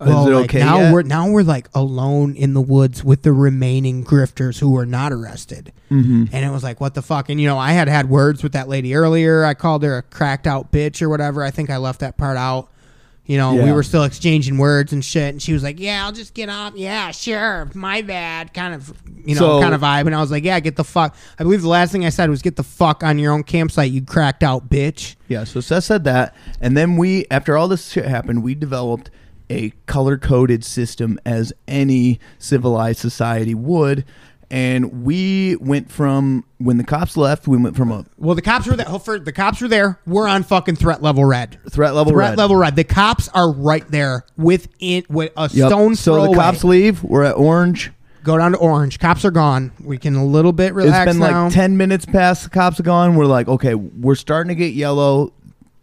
S2: well,
S1: it
S2: like,
S1: okay
S2: now
S1: yet?
S2: we're now we're like alone in the woods with the remaining grifters who were not arrested, mm-hmm. and it was like, what the fuck? And you know, I had had words with that lady earlier. I called her a cracked out bitch or whatever. I think I left that part out. You know, we
S1: Yeah.
S2: were still exchanging words and shit, and she was like, "Yeah, I'll just get off. Yeah, sure, my bad." Kind of, you know,
S1: So-
S2: kind of vibe. And I was like, "Yeah, get the fuck." I believe the last thing I said was, "Get the fuck on your own campsite, you cracked out bitch."
S1: Yeah, so Seth said that, and then we, after all this shit happened, we developed a color-coded system as any civilized society would, and we went from when the cops left, we went from a
S2: Well, the cops were there. For, the cops were there. We're on fucking threat level red.
S1: threat level
S2: threat
S1: red.
S2: level red. The cops are right there within with a
S1: Yep.
S2: stone
S1: So
S2: throw.
S1: the cops
S2: away.
S1: leave. We're at orange.
S2: go down to orange. Cops are gone. We can a little bit relax
S1: it's been
S2: now.
S1: like ten minutes past the cops are gone. We're like, okay, we're starting to get yellow.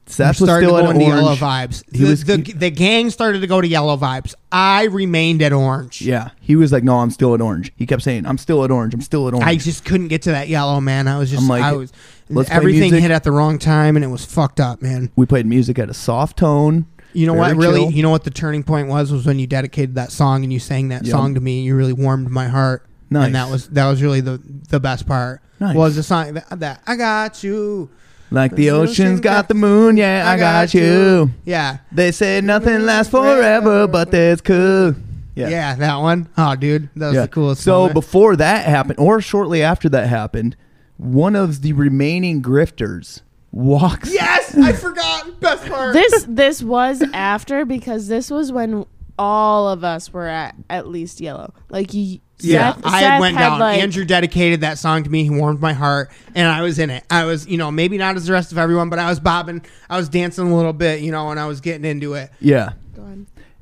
S1: Seth was
S2: started
S1: still
S2: to go
S1: at
S2: into yellow
S1: orange.
S2: vibes.
S1: He
S2: the,
S1: was-
S2: the,
S1: he-
S2: the gang started to go to yellow vibes. I remained at orange.
S1: Yeah, he was like, no, I'm still at orange. He kept saying, I'm still at orange. I'm still at orange.
S2: I just couldn't get to that yellow man. I was just
S1: I'm like,
S2: I was
S1: let's play
S2: everything
S1: music.
S2: hit at the wrong time and it was fucked up, man.
S1: we played music at a soft tone.
S2: You know
S1: Very
S2: what? Really,
S1: chill.
S2: you know what the turning point was was when you dedicated that song and you sang that
S1: Yep.
S2: song to me. and You really warmed my heart.
S1: Nice.
S2: And that was that was really the the best part.
S1: Nice.
S2: Was the song that, that I got you.
S1: Like the ocean's got the moon, yeah, I got you.
S2: Yeah.
S1: They say nothing lasts forever, but that's cool.
S2: yeah. that one. Oh, dude. That was
S1: Yeah.
S2: the coolest
S1: So
S2: moment.
S1: before that happened, or shortly after that happened, one of the remaining grifters walks.
S2: Yes, I forgot. Best part.
S6: this this was after because this was when all of us were at at least yellow. Like y-
S2: Yeah,
S6: Seth,
S2: I
S6: Seth
S2: went
S6: had,
S2: down.
S6: Like,
S2: Andrew dedicated that song to me. He warmed my heart, and I was in it. I was, you know, maybe not as the rest of everyone, but I was bobbing. I was dancing a little bit, you know, and I was getting into it.
S1: Yeah.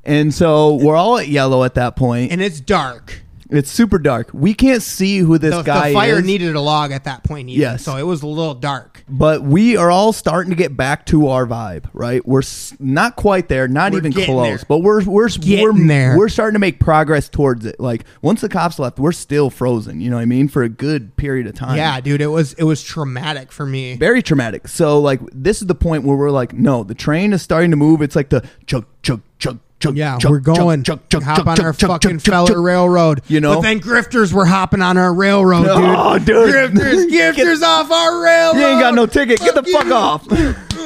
S1: And so we're all at yellow at that point.
S2: And it's dark.
S1: It's super dark. We can't see who this
S2: The, the
S1: guy
S2: fire
S1: is,
S2: needed a log at that point, even,
S1: Yes.
S2: So it was a little dark.
S1: but we are all starting to get back to our vibe, right? We're s- not quite there, not
S2: We're
S1: even
S2: getting
S1: close,
S2: there.
S1: but we're we're we're
S2: Getting there.
S1: we're starting to make progress towards it. Like once the cops left, we're still frozen. You know what I mean? For a good period of time.
S2: Yeah, dude, it was it was traumatic for me.
S1: very traumatic. So like this is the point where we're like, no, the train is starting to move. It's like the chug chug chug chug.
S2: Yeah,
S1: chug,
S2: we're going.
S1: Chug, chug,
S2: hop
S1: chug,
S2: on
S1: chug,
S2: our
S1: chug,
S2: fucking
S1: chug, chug,
S2: feller
S1: chug.
S2: railroad.
S1: You know?
S2: but then grifters were hopping on our railroad, dude.
S1: Oh, dude.
S2: grifters, grifters off our railroad.
S1: You ain't got no ticket. Get the
S2: Fuck
S1: fuck
S2: you.
S1: off.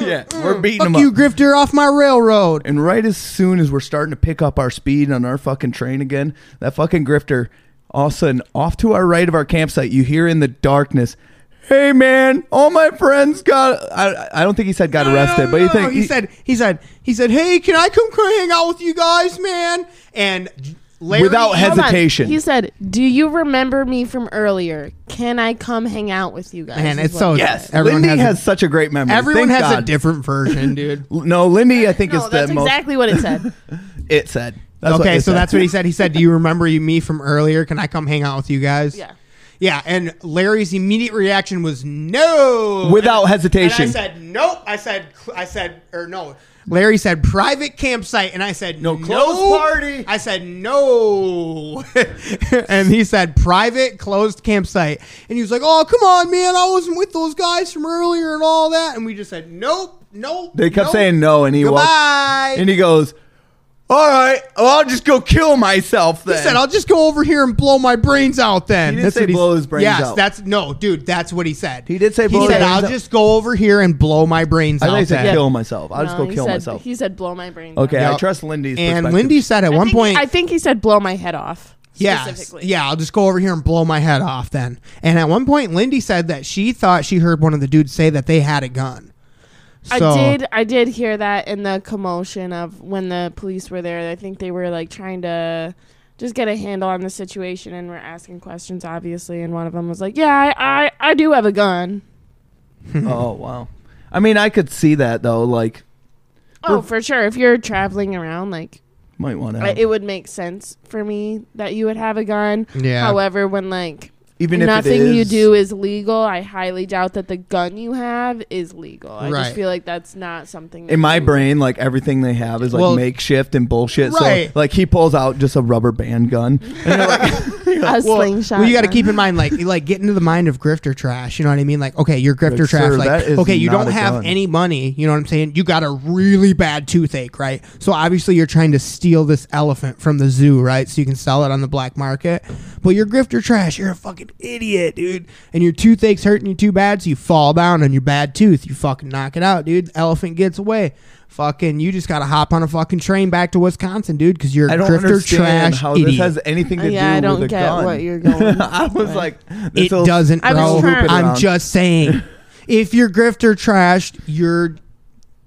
S1: yeah, we're beating
S2: Fuck
S1: them
S2: you,
S1: up.
S2: grifter, off my railroad.
S1: And right as soon as we're starting to pick up our speed on our fucking train again, that fucking grifter, all of a sudden, off to our right of our campsite, you hear in the darkness, "Hey man, all my friends got." I, I don't think he said got
S2: No, no,
S1: arrested, but
S2: no,
S1: you think
S2: he said he said he said, "Hey, can I come hang out with you guys, man?" And Larry,
S1: Without
S6: Hold on.
S1: hesitation.
S6: He said, "Do you remember me from earlier? Can I come hang out with you guys?"
S2: Man,
S6: Is
S2: it's
S6: what
S2: so-
S6: he
S1: Yes,
S6: said.
S2: Everyone
S1: Lindy
S2: has
S1: has,
S2: a-
S1: such a great memory.
S2: everyone
S1: Thank
S2: has a
S1: God.
S2: different version, dude.
S1: No, Lindy, I think
S6: No,
S1: is the
S6: that's
S1: most.
S6: exactly what it said.
S1: It said. That's what
S2: okay,
S1: it
S2: so
S1: said.
S2: that's what he said. He said, "Do you remember you- me from earlier? Can I come hang out with you guys?"
S6: Yeah.
S2: Yeah, and Larry's immediate reaction was no,
S1: Without
S2: And-
S1: hesitation.
S2: And I said nope. I said I said or no. Larry said private campsite, and I said
S1: No,
S2: no
S1: closed party."
S2: I said no, and he said private closed campsite, and he was like, "Oh come on, man, I wasn't with those guys from earlier and all that," and we just said nope, nope.
S1: They kept
S2: nope.
S1: saying no, and he walked,
S2: goodbye,
S1: and he goes, "All right, well, I'll just go kill myself." Then
S2: He said, "I'll just go over here and blow my brains out." Then
S1: He didn't say
S2: what
S1: blow his brains
S2: yes,
S1: out.
S2: that's no, dude. That's what he said.
S1: He did say blow
S2: He
S1: his
S2: said,
S1: brains
S2: "I'll
S1: out."
S2: just go over here and blow my brains
S1: I
S2: out."
S1: thought he said
S2: then."
S1: kill myself. I'll just
S6: No,
S1: go
S6: he
S1: kill
S6: said-
S1: myself."
S6: He said, "Blow my brain."
S1: Okay, I
S2: Yep.
S1: trust Lindy's.
S2: And
S1: perspective.
S2: Lindy said at
S6: I
S2: one
S6: think
S2: point,
S6: He, I think he said, "Blow my head off."
S2: yeah,
S6: specifically.
S2: yeah, I'll just go over here and blow my head off then. And at one point, Lindy said that she thought she heard one of the dudes say that they had a gun. So-
S6: I did. I did hear that in the commotion of when the police were there. I think they were like trying to just get a handle on the situation, and were asking questions, obviously. And one of them was like, "Yeah, I, I, I do have a gun."
S1: "Oh wow." I mean, I could see that though. Like,
S6: Oh, for sure. If you're traveling around, like
S1: might want
S6: I-
S1: to
S6: it would make sense for me that you would have a gun.
S2: Yeah.
S6: However, when like
S1: even if
S6: nothing
S1: it is,
S6: you do is legal, I highly doubt that the gun you have is legal. I
S2: Right.
S6: just feel like that's not something. that
S1: In my
S6: you-
S1: brain, like everything they have is like
S2: Well-
S1: makeshift and bullshit.
S2: Right.
S1: So, like, he pulls out just a rubber band gun. And you're like,
S6: a slingshot.
S2: Well, you got to
S6: gun.
S2: keep in mind, like, like get into the mind of grifter trash. You know what I mean? Like, okay, you're grifter
S1: Like,
S2: trash.
S1: sir, that
S2: like,
S1: is
S2: okay, you
S1: not
S2: don't
S1: a
S2: have
S1: gun.
S2: any money. You know what I'm saying? You got a really bad toothache, right? So obviously, you're trying to steal this elephant from the zoo, right? So you can sell it on the black market. But you're grifter trash. You're a fucking idiot, dude. And your toothache's hurting you too bad, so you fall down on your bad tooth. You fucking knock it out, dude. Elephant gets away. Fucking, you just gotta hop on a fucking train back to Wisconsin, dude, because you're a
S1: I don't
S2: grifter
S1: understand
S2: trash
S1: how
S2: idiot.
S1: this has anything to
S6: Yeah,
S1: do
S6: I don't
S1: with a
S6: get
S1: gun.
S6: what you're going
S1: I was
S6: with.
S1: like,
S2: It
S1: this'll
S2: doesn't,
S6: I was
S2: bro.
S1: hoop
S6: trying-
S1: it
S2: I'm
S1: around.
S2: just saying. if you're grifter trashed, you're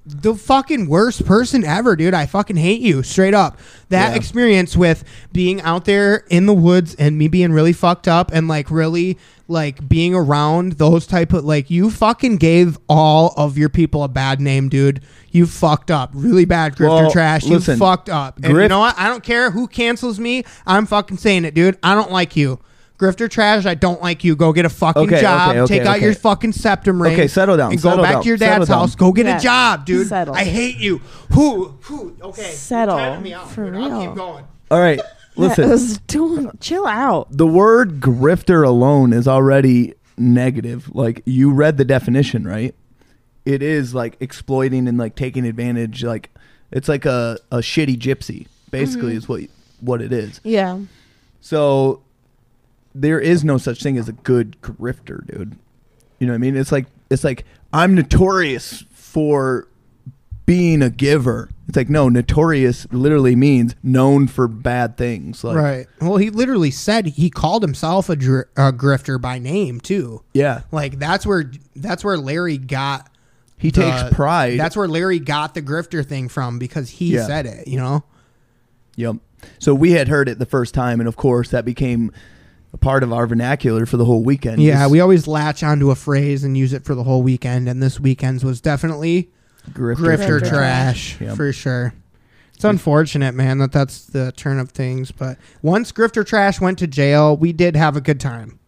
S2: the fucking worst person ever, dude. I fucking hate you, straight up. That
S1: Yeah.
S2: experience with being out there in the woods and me being really fucked up and like really like being around those type of like you fucking gave all of your people a bad name, dude. You fucked up really bad, grifter
S1: Well,
S2: trash.
S1: listen,
S2: you fucked up. And
S1: grift-
S2: you know what? I don't care who cancels me. I'm fucking saying it, dude. I don't like you. Grifter trash, I don't like you. Go get a fucking
S1: Okay,
S2: job.
S1: okay, okay,
S2: Take out
S1: okay.
S2: your fucking septum ring.
S1: Okay, settle down,
S2: And go
S1: settle
S2: back
S1: down,
S2: to your
S1: settle
S2: dad's
S1: down.
S2: house. Go get
S6: Yeah,
S2: a job, dude.
S6: settle.
S2: I hate you. Who? Who? Okay. you're
S6: Settle,
S2: timing me out,
S6: for
S2: dude. I'll
S6: real.
S2: keep going.
S1: All right,
S6: Yeah,
S1: listen.
S6: it was doing, chill out.
S1: the word grifter alone is already negative. Like you read the definition, right? It is like exploiting and like taking advantage. Like it's like a, a shitty gypsy, basically, is what what it is.
S6: Yeah.
S1: So there is no such thing as a good grifter, dude. You know what I mean? It's like it's like I'm notorious for being a giver. It's like no, notorious literally means known for bad things. Like,
S2: Right. Well, he literally said he called himself a, dr- a grifter by name too.
S1: Yeah,
S2: Like that's where that's where Larry got.
S1: he
S2: the-
S1: takes pride.
S2: That's where Larry got the grifter thing from because he
S1: Yeah.
S2: said it. You know.
S1: Yep. So we had heard it the first time, and of course that became a part of our vernacular for the whole weekend.
S2: Yeah,
S1: Just
S2: we always latch onto a phrase and use it for the whole weekend, and this weekend's was definitely
S1: grifter.
S2: grifter,
S6: Grifter
S2: trash
S1: Yep.
S2: for sure. It's unfortunate, man, that that's the turn of things. But once grifter trash went to jail, we did have a good time.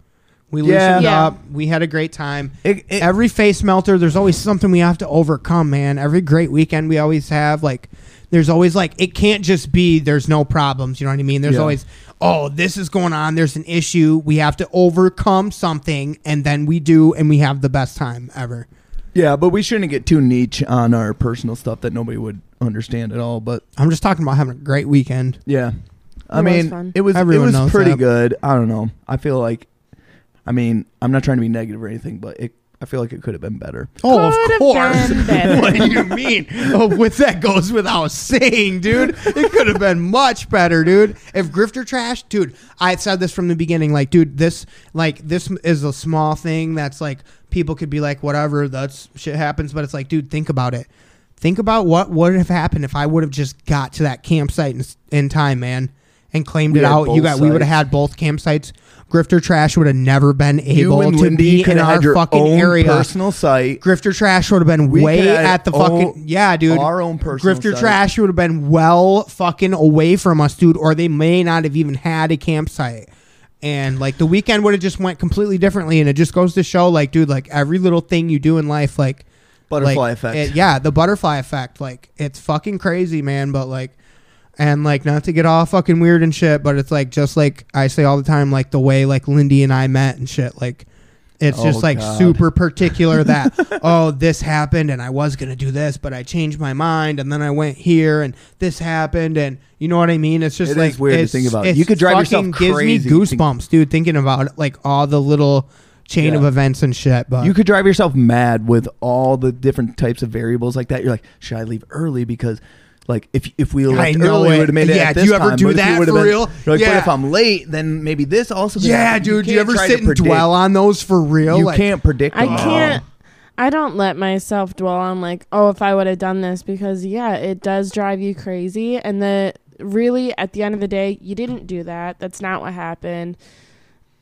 S2: We
S1: Yeah.
S2: loosened
S6: Yeah.
S2: up. We had a great time.
S1: It- it-
S2: Every face melter, there's always something we have to overcome, man. Every great weekend we always have, like, there's always like it can't just be there's no problems. You know what I mean? There's
S1: Yeah.
S2: always oh this is going on. There's an issue. We have to overcome something, and then we do, and we have the best time ever.
S1: Yeah, but we shouldn't get too niche on our personal stuff that nobody would understand at all. But
S2: I'm just talking about having a great weekend.
S1: yeah, I
S6: It was
S1: mean,
S6: fun.
S1: it was
S2: Everyone
S1: it
S2: knows
S1: was pretty
S2: that.
S1: good. I don't know. I feel like, I mean, I'm not trying to be negative or anything, but it. I feel like it could have been better.
S2: Oh,
S6: Could
S2: of
S6: have
S2: course.
S6: been better.
S2: what do you mean? Oh, with that goes without saying, dude. It could have been much better, dude. If grifter trash, dude. I said this from the beginning, like, dude, this, like, this is a small thing that's like people could be like, whatever, that's shit happens, but it's like, dude, think about it. Think about what would have happened if I would have just got to that campsite in, in time, man, and claimed
S1: We
S2: it
S1: had
S2: out. You
S1: both
S2: got, we would have
S1: sites.
S2: had both campsites. Grifter trash would have never been able
S1: and
S2: to
S1: Lindy
S2: be in
S1: coulda
S2: our
S1: had your
S2: fucking
S1: own
S2: area.
S1: personal site.
S2: Grifter Trash would have been
S1: We could
S2: way
S1: add
S2: at the
S1: our-
S2: fucking yeah, dude.
S1: our own personal
S2: Grifter
S1: site.
S2: Trash would have been well fucking away from us, dude. Or they may not have even had a campsite, and like the weekend would have just went completely differently. And it just goes to show, like, dude, like every little thing you do in life, like
S1: Butterfly
S2: like,
S1: effect.
S2: it- yeah, the butterfly effect. Like it's fucking crazy, man. But like, and like not to get all fucking weird and shit, but it's like just like I say all the time, like the way like Lindy and I met and shit, like. It's
S1: Oh,
S2: just like
S1: God.
S2: super particular that oh this happened and I was gonna do this but I changed my mind and then I went here and this happened and you know what I mean. It's just
S1: It
S2: like
S1: is weird to
S2: it's-
S1: think about.
S2: it's
S1: You could drive yourself
S2: fucking
S1: crazy
S2: Gives me
S1: think-
S2: goosebumps, dude, thinking about it, like all the little chain
S1: Yeah.
S2: of events and shit. But
S1: You could drive yourself mad with all the different types of variables like that. You're like, should I leave early because, like, if if we left
S2: know
S1: early,
S2: it.
S1: we would have made it.
S2: Yeah,
S1: at
S2: do
S1: this
S2: you ever
S1: time.
S2: do
S1: But if we
S2: that
S1: would've
S2: for
S1: been-
S2: real?
S1: you're Like,
S2: Yeah.
S1: But if I'm late, then maybe this also. could
S2: Yeah,
S1: happen.
S2: dude. Do you
S1: can't
S2: ever
S1: try
S2: sit
S1: to
S2: and
S1: predict-
S2: dwell on those for real?
S1: You
S2: Like,
S1: can't predict.
S6: I
S1: them all.
S6: can't. I don't let myself dwell on like, oh, if I would have done this because yeah, it does drive you crazy. And the really at the end of the day, you didn't do that. That's not what happened.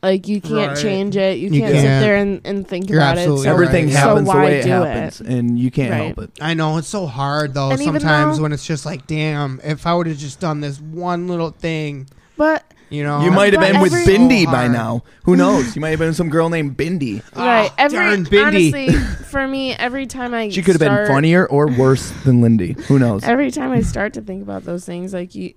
S6: Like you can't
S2: Right.
S6: change it. You,
S2: You
S6: can't, sit
S2: can't.
S6: there and, and think
S2: You're
S6: about it.
S2: absolutely
S6: So,
S2: right.
S1: Everything
S6: so
S1: happens the
S6: why
S1: way it
S6: do
S1: happens,
S6: It?
S1: and you can't
S6: Right.
S1: help it.
S2: I know it's so hard though.
S6: And even
S2: sometimes
S6: though-
S2: when it's just like, damn, if I would have just done this one little thing,
S6: But
S2: you know,
S1: You might have
S6: but
S1: been with
S6: every-
S1: Bindi
S2: So
S1: by
S2: hard.
S1: now. Who knows? You might have been with some girl named Bindi.
S6: right,
S2: Ah,
S6: every
S2: darn Bindi.
S6: honestly for me, every time I
S1: She could have been
S6: start-
S1: funnier or worse than Lindy. Who knows?
S6: Every time I start to think about those things, like you,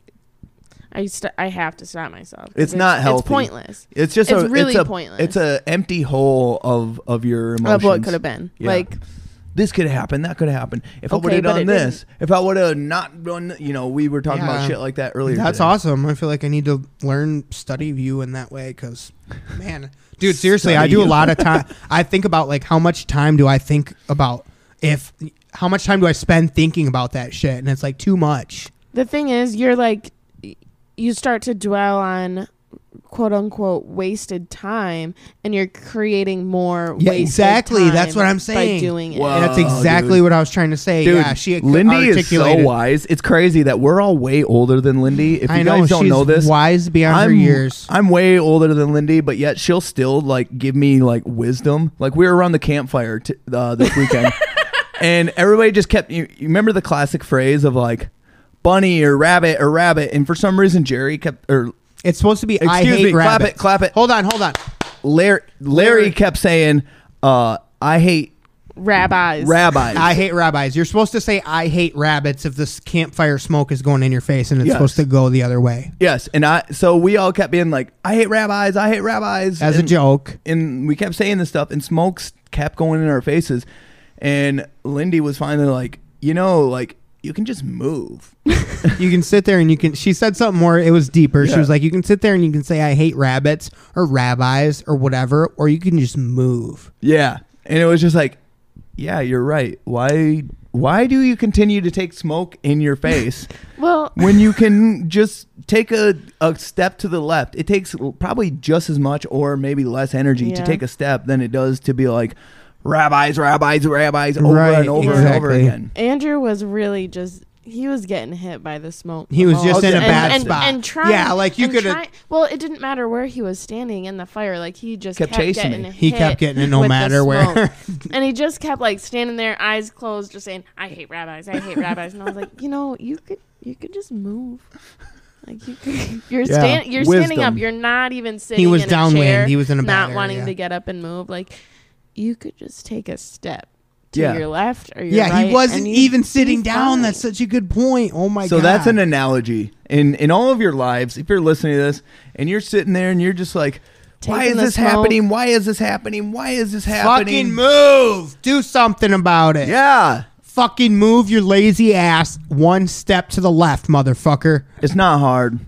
S6: I st- I have to stop myself. 'cause
S1: It's not healthy.
S6: It's pointless.
S1: It's just
S6: It's
S1: a,
S6: really
S1: it's a,
S6: pointless.
S1: It's an empty hole of of your emotions.
S6: Of what could have been.
S1: Yeah.
S6: Like
S1: this could happen, that could happen. If I
S6: Okay,
S1: would have
S6: but
S1: done
S6: it
S1: this, if I would have not done, th- you know, we were talking
S2: Yeah.
S1: about shit like that earlier.
S2: That's
S1: today.
S2: awesome. I feel like I need to learn study view in that way because, man, dude, seriously,
S1: Study
S2: I do a
S1: you.
S2: lot of time. I think about like how much time do I think about if how much time do I spend thinking about that shit, and it's like too much.
S6: the thing is, you're like, y- you start to dwell on quote unquote wasted time, and you're creating more.
S2: Yeah,
S6: wasted
S2: exactly.
S6: time
S2: That's what I'm saying.
S6: By doing it.
S1: Wow.
S2: And that's
S1: Oh,
S2: exactly
S1: dude.
S2: what I was trying to say.
S1: Dude,
S2: yeah, she
S1: Lindy is so
S2: articulated.
S1: wise. It's crazy that we're all way older than Lindy. If you
S2: I know
S1: guys don't
S2: she's
S1: know this,
S2: wise beyond her
S1: I'm
S2: years.
S1: I'm way older than Lindy, but yet she'll still like give me like wisdom. Like we were around the campfire t- uh, this weekend, and everybody just kept. You, you remember the classic phrase of like bunny or rabbit or rabbit, and for some reason Jerry kept or
S2: It's supposed to be I
S1: Excuse
S2: hate
S1: me, clap
S2: rabbits.
S1: it, clap it.
S2: Hold on, hold on.
S1: Larry, Larry,
S2: Larry.
S1: kept saying, uh, "I hate
S6: Rabbis.
S1: rabbis."
S2: I hate rabbis. You're supposed to say I hate rabbits if this campfire smoke is going in your face and it's
S1: Yes.
S2: supposed to go the other way.
S1: yes, and I. So we all kept being like, "I hate rabbis. I hate rabbis."
S2: As
S1: and,
S2: a joke.
S1: and we kept saying this stuff, and smokes kept going in our faces, and Lindy was finally like, "You know, like you can just move."
S2: You can sit there and you can she said something more it was deeper. She
S1: Yeah.
S2: was like, You can sit there and you can say I hate rabbits or rabbis or whatever, or you can just move.
S1: Yeah, and it was just like yeah, you're right. Why why do you continue to take smoke in your face
S6: Well,
S1: when you can just take a, a step to the left? It takes probably just as much or maybe less energy to
S6: Yeah.
S1: take a step than it does to be like rabbis, rabbis, rabbis over
S2: Right,
S1: and over and over
S2: exactly.
S1: again.
S6: Andrew was really just. He was getting hit by the smoke.
S2: He was
S6: all
S2: just
S6: the-
S1: in a
S6: and-
S1: bad
S6: and,
S2: spot.
S6: And trying,
S2: Yeah, like, you
S6: and
S2: coulda-
S6: try- Well, it didn't matter where he was standing in the fire. Like he just
S1: Kept
S6: kept,
S1: chasing
S6: getting
S1: it.
S2: He
S6: hit
S2: kept getting it no
S6: with the
S2: matter where.
S6: smoke. and he just kept like standing there, eyes closed, just saying, "I hate rabbis. I hate rabbis." And I was like, you know, you could you could just move. Like you, could, you're
S1: Yeah,
S6: stand, you're standing up.
S1: wisdom.
S6: You're not even sitting.
S2: was
S6: in
S2: downwind.
S6: A chair,
S2: He was in a bad
S6: not wanting
S2: area.
S6: to get up and move. Like you could just take a step to
S1: Yeah.
S6: your left or your
S2: yeah,
S6: right,
S2: he wasn't
S6: and you-
S2: even sitting
S6: he's
S2: down.
S6: fine.
S2: That's such a good point. Oh my
S1: So
S2: god.
S1: that's an analogy in in all of your lives. If you're listening to this and you're sitting there and you're just like, why
S6: Taking
S1: is
S6: the
S1: this
S6: smoke.
S1: happening? Why is this happening? Why is this happening?
S2: fucking move. Do something about it.
S1: Yeah,
S2: Fucking move your lazy ass one step to the left, motherfucker.
S1: it's not hard.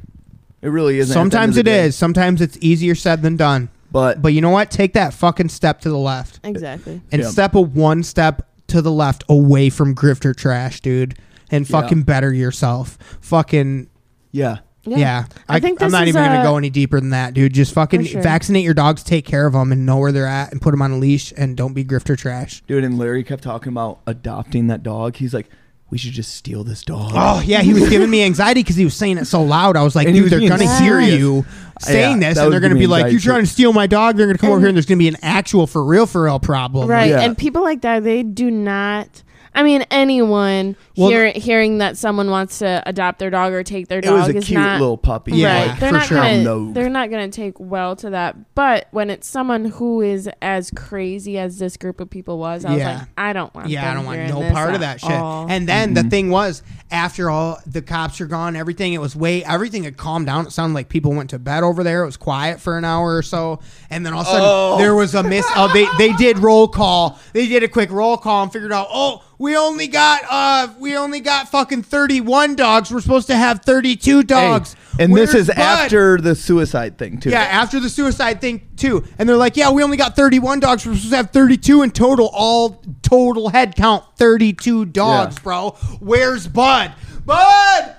S1: It really isn't. at the end
S2: Sometimes
S1: of
S2: it
S1: the day.
S2: is. Sometimes it's easier said than done.
S1: But,
S2: But you know what? Take that fucking step to the left
S6: exactly.
S2: and
S1: Yeah.
S2: step a one step to the left away from grifter trash, dude. And fucking better yourself. Fucking
S1: yeah,
S2: yeah.
S6: I think
S2: I'm
S6: this
S2: not
S6: is
S2: even gonna
S6: a-
S2: go any deeper than that, dude. Just fucking
S6: For sure.
S2: vaccinate your dogs, take care of them, and know where they're at, and put them on a leash, and don't be grifter trash.
S1: dude. And Larry kept talking about adopting that dog. He's like, we should just steal this dog.
S2: Oh yeah, he was giving me anxiety because he was saying it so loud. I was like,
S1: And he
S2: dude,
S1: was
S2: they're
S1: being
S2: gonna hear
S1: serious.
S2: you saying
S1: Yeah,
S2: this,
S1: that
S2: and
S1: was
S2: they're gonna
S1: giving
S2: be
S1: me
S2: like, you're
S1: anxiety, too.
S2: trying to steal my dog. They're gonna come over here, and there's gonna be an actual for real, for real problem.
S6: Right.
S1: Yeah.
S6: And people like that, they do not. I mean, anyone
S2: Well,
S6: hear, hearing that someone wants to adopt their dog or take their
S1: it was
S6: dog
S1: a
S6: is
S1: cute
S6: not
S1: little puppy.
S2: Yeah.
S6: right. They're
S2: for
S6: not
S2: sure.
S6: gonna.
S1: No.
S6: They're not gonna take well to that. But when it's someone who is as crazy as this group of people was, I
S2: Yeah.
S6: was like, I don't want.
S2: Yeah,
S6: them
S2: I don't want
S6: hearing
S2: no
S6: this
S2: part of
S6: at
S2: that shit.
S6: all.
S2: And then
S1: Mm-hmm.
S2: the thing was, after all the cops are gone, everything it was way everything had calmed down. It sounded like people went to bed over there. It was quiet for an hour or so, and then all of a sudden there was a miss. Oh, they they did roll call. They did a quick roll call and figured out. Oh, we only got uh we only got fucking thirty one dogs. We're supposed to have thirty two dogs.
S1: And this
S2: Where's
S1: is
S2: Bud?
S1: after the suicide thing too.
S2: Yeah, after the suicide thing too. And they're like, yeah, we only got 31 dogs. We're supposed to have 32 in total. All total head count 32 dogs,
S1: Yeah.
S2: bro. Where's Bud? Bud!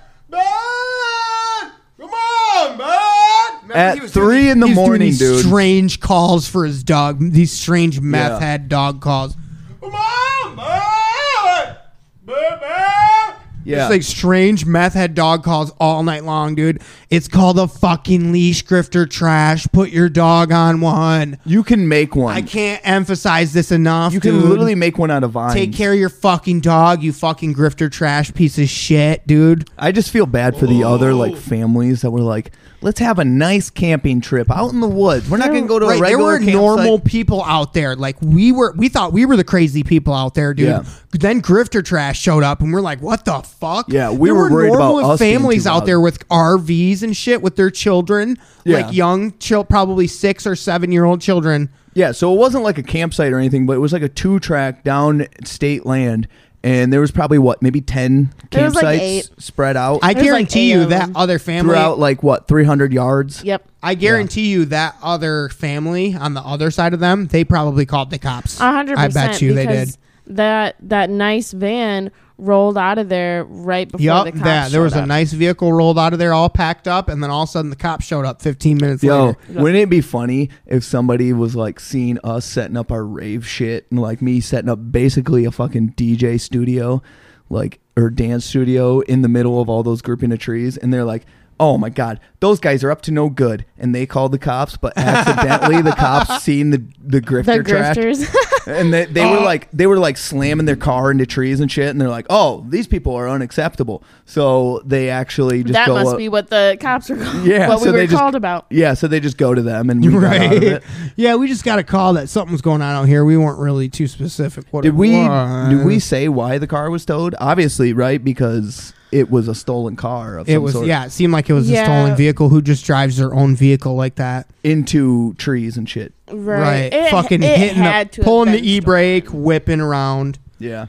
S2: Bud! Come on, Bud! Remember,
S1: At
S2: he was
S1: three in the
S2: he was doing
S1: morning,
S2: these
S1: dude.
S2: Strange calls for his dog. These strange
S1: Yeah.
S2: meth head dog calls. Come on, Bud! Bud, Bud!
S1: yeah.
S2: It's like strange meth head dog calls all night long, dude. It's called a fucking leash grifter trash. Put your dog on one.
S1: you can make one.
S2: I can't emphasize this enough.
S1: you can
S2: dude.
S1: literally make one out of vines.
S2: take care of your fucking dog, you fucking grifter trash piece of shit, dude.
S1: I just feel bad for the other like families that were like, let's have a nice camping trip out in the woods. We're not going to go to a
S2: Right, there
S1: regular
S2: were
S1: campsite.
S2: normal people out there. Like we were, we thought we were the crazy people out there, dude.
S1: Yeah.
S2: Then grifter trash showed up, and we're like, "What the fuck?"
S1: Yeah, we
S2: There
S1: were worried about
S2: normal
S1: us being
S2: families
S1: too
S2: out
S1: loud.
S2: there with RVs and shit with their children,
S1: Yeah.
S2: like young, chill, probably six or seven year old children.
S1: Yeah, so it wasn't like a campsite or anything, but it was like a two track down state land. And there was probably what, maybe 10
S6: There was,
S1: campsites
S6: like, eight.
S1: spread out
S2: I
S6: There's like
S2: guarantee
S6: eight
S2: you
S6: of
S2: that
S6: them.
S2: other family.
S1: throughout like what, 300 yards?
S6: yep.
S2: I guarantee you that other family on the other side of them, they probably called the cops.
S6: A hundred
S2: I
S6: percent.
S2: bet you they did.
S6: because That that nice van rolled out of there right before the
S2: Yup,
S6: cops.
S2: that there was
S6: showed
S2: a
S6: up.
S2: nice vehicle rolled out of there, all packed up, and then all of a sudden the cops showed up 15 minutes
S1: Yo,
S2: later.
S1: wouldn't it be funny if somebody was like seeing us setting up our rave shit and like me setting up basically a fucking DJ studio, like or dance studio in the middle of all those grouping of trees, and they're like, "Oh my god, those guys are up to no good," and they called the cops, but accidentally the cops seen the the
S6: The
S1: grifter trash,
S6: grifters. Oh.
S1: and they, they were like they were like slamming their car into trees and shit, and they're like, "Oh, these people are unacceptable," so they actually just
S6: that
S1: go
S6: must
S1: up-
S6: be what the cops were called.
S1: Yeah,
S6: what we
S1: so
S6: were
S1: they just-
S6: called about.
S1: yeah, so they just go to them and we got out of it.
S2: yeah, we just got a call that something was going on out here. We weren't really too specific. What
S1: Did
S2: it
S1: we
S2: was.
S1: did we say why the car was towed? Obviously, right? Because it was a stolen car of
S2: It
S1: some
S2: was
S1: sort
S2: yeah. It seemed like it was a
S6: Yeah.
S2: stolen vehicle. Who just drives their own vehicle like that?
S1: into trees and shit.
S2: Right.
S6: Right. It-
S2: Fucking
S6: it
S2: hitting
S6: had
S2: the
S6: to have
S2: pulling the
S6: been
S2: e brake, whipping around.
S1: Yeah.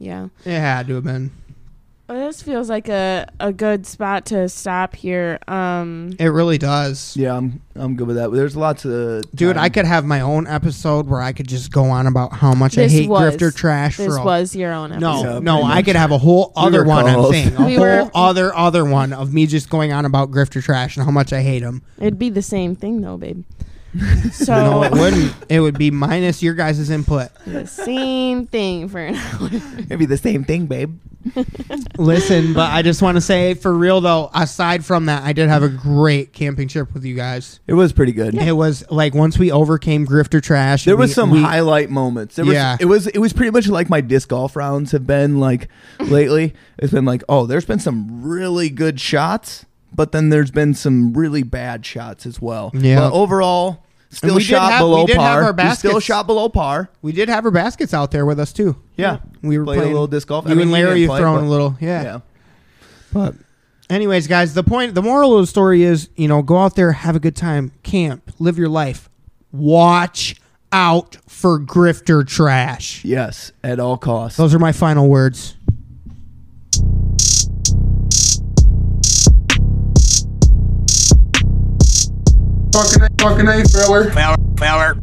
S6: stolen. Yeah.
S2: It had to have been.
S6: Well, this feels like a, a good spot to stop here. Um,
S2: It really does.
S1: Yeah, I'm I'm good with that. There's lots of
S2: Dude,
S1: time.
S2: I could have my own episode where I could just go on about how much
S6: this
S2: I hate
S6: was,
S2: grifter trash.
S6: This
S2: for a-
S6: was your own episode.
S2: no,
S1: Yeah,
S2: no,
S1: pretty
S2: I could have a whole other
S1: were
S2: one. I'm
S1: called.
S2: saying a
S6: We
S2: whole
S6: were-
S2: other other one of me just going on about grifter trash and how much I hate him.
S6: It'd be the same thing though, babe. So
S2: No, it wouldn't. It would be minus your guys' input.
S6: the same thing for an hour.
S1: It'd be the same thing, babe.
S2: Listen, but I just want to say for real though. Aside from that, I did have a great camping trip with you guys.
S1: It was pretty good.
S2: It was like once we overcame grifter trash.
S1: There
S2: we-
S1: was some
S2: we-
S1: highlight moments. There was,
S2: Yeah.
S1: it was it was pretty much like my disc golf rounds have been like lately. It's been like, oh, there's been some really good shots, but then there's been some really bad shots as well.
S2: Yeah.
S1: But overall, still
S2: we did
S1: shot
S2: have-
S1: below
S2: we did have
S1: par.
S2: our
S1: We still
S2: baskets.
S1: shot below par.
S2: We did have our baskets out there with us too.
S1: Yeah.
S2: We were
S1: Played a
S2: playing
S1: little disc golf. I
S2: You
S1: mean,
S2: and
S1: you
S2: Larry
S1: didn't
S2: have
S1: play,
S2: thrown
S1: but-
S2: a little. Yeah.
S1: Yeah.
S2: But anyways, guys, the point the moral of the story is, you know, go out there, have a good time, camp, live your life. Watch out for grifter trash.
S1: Yes, at all costs.
S2: Those are my final words.
S5: Feller.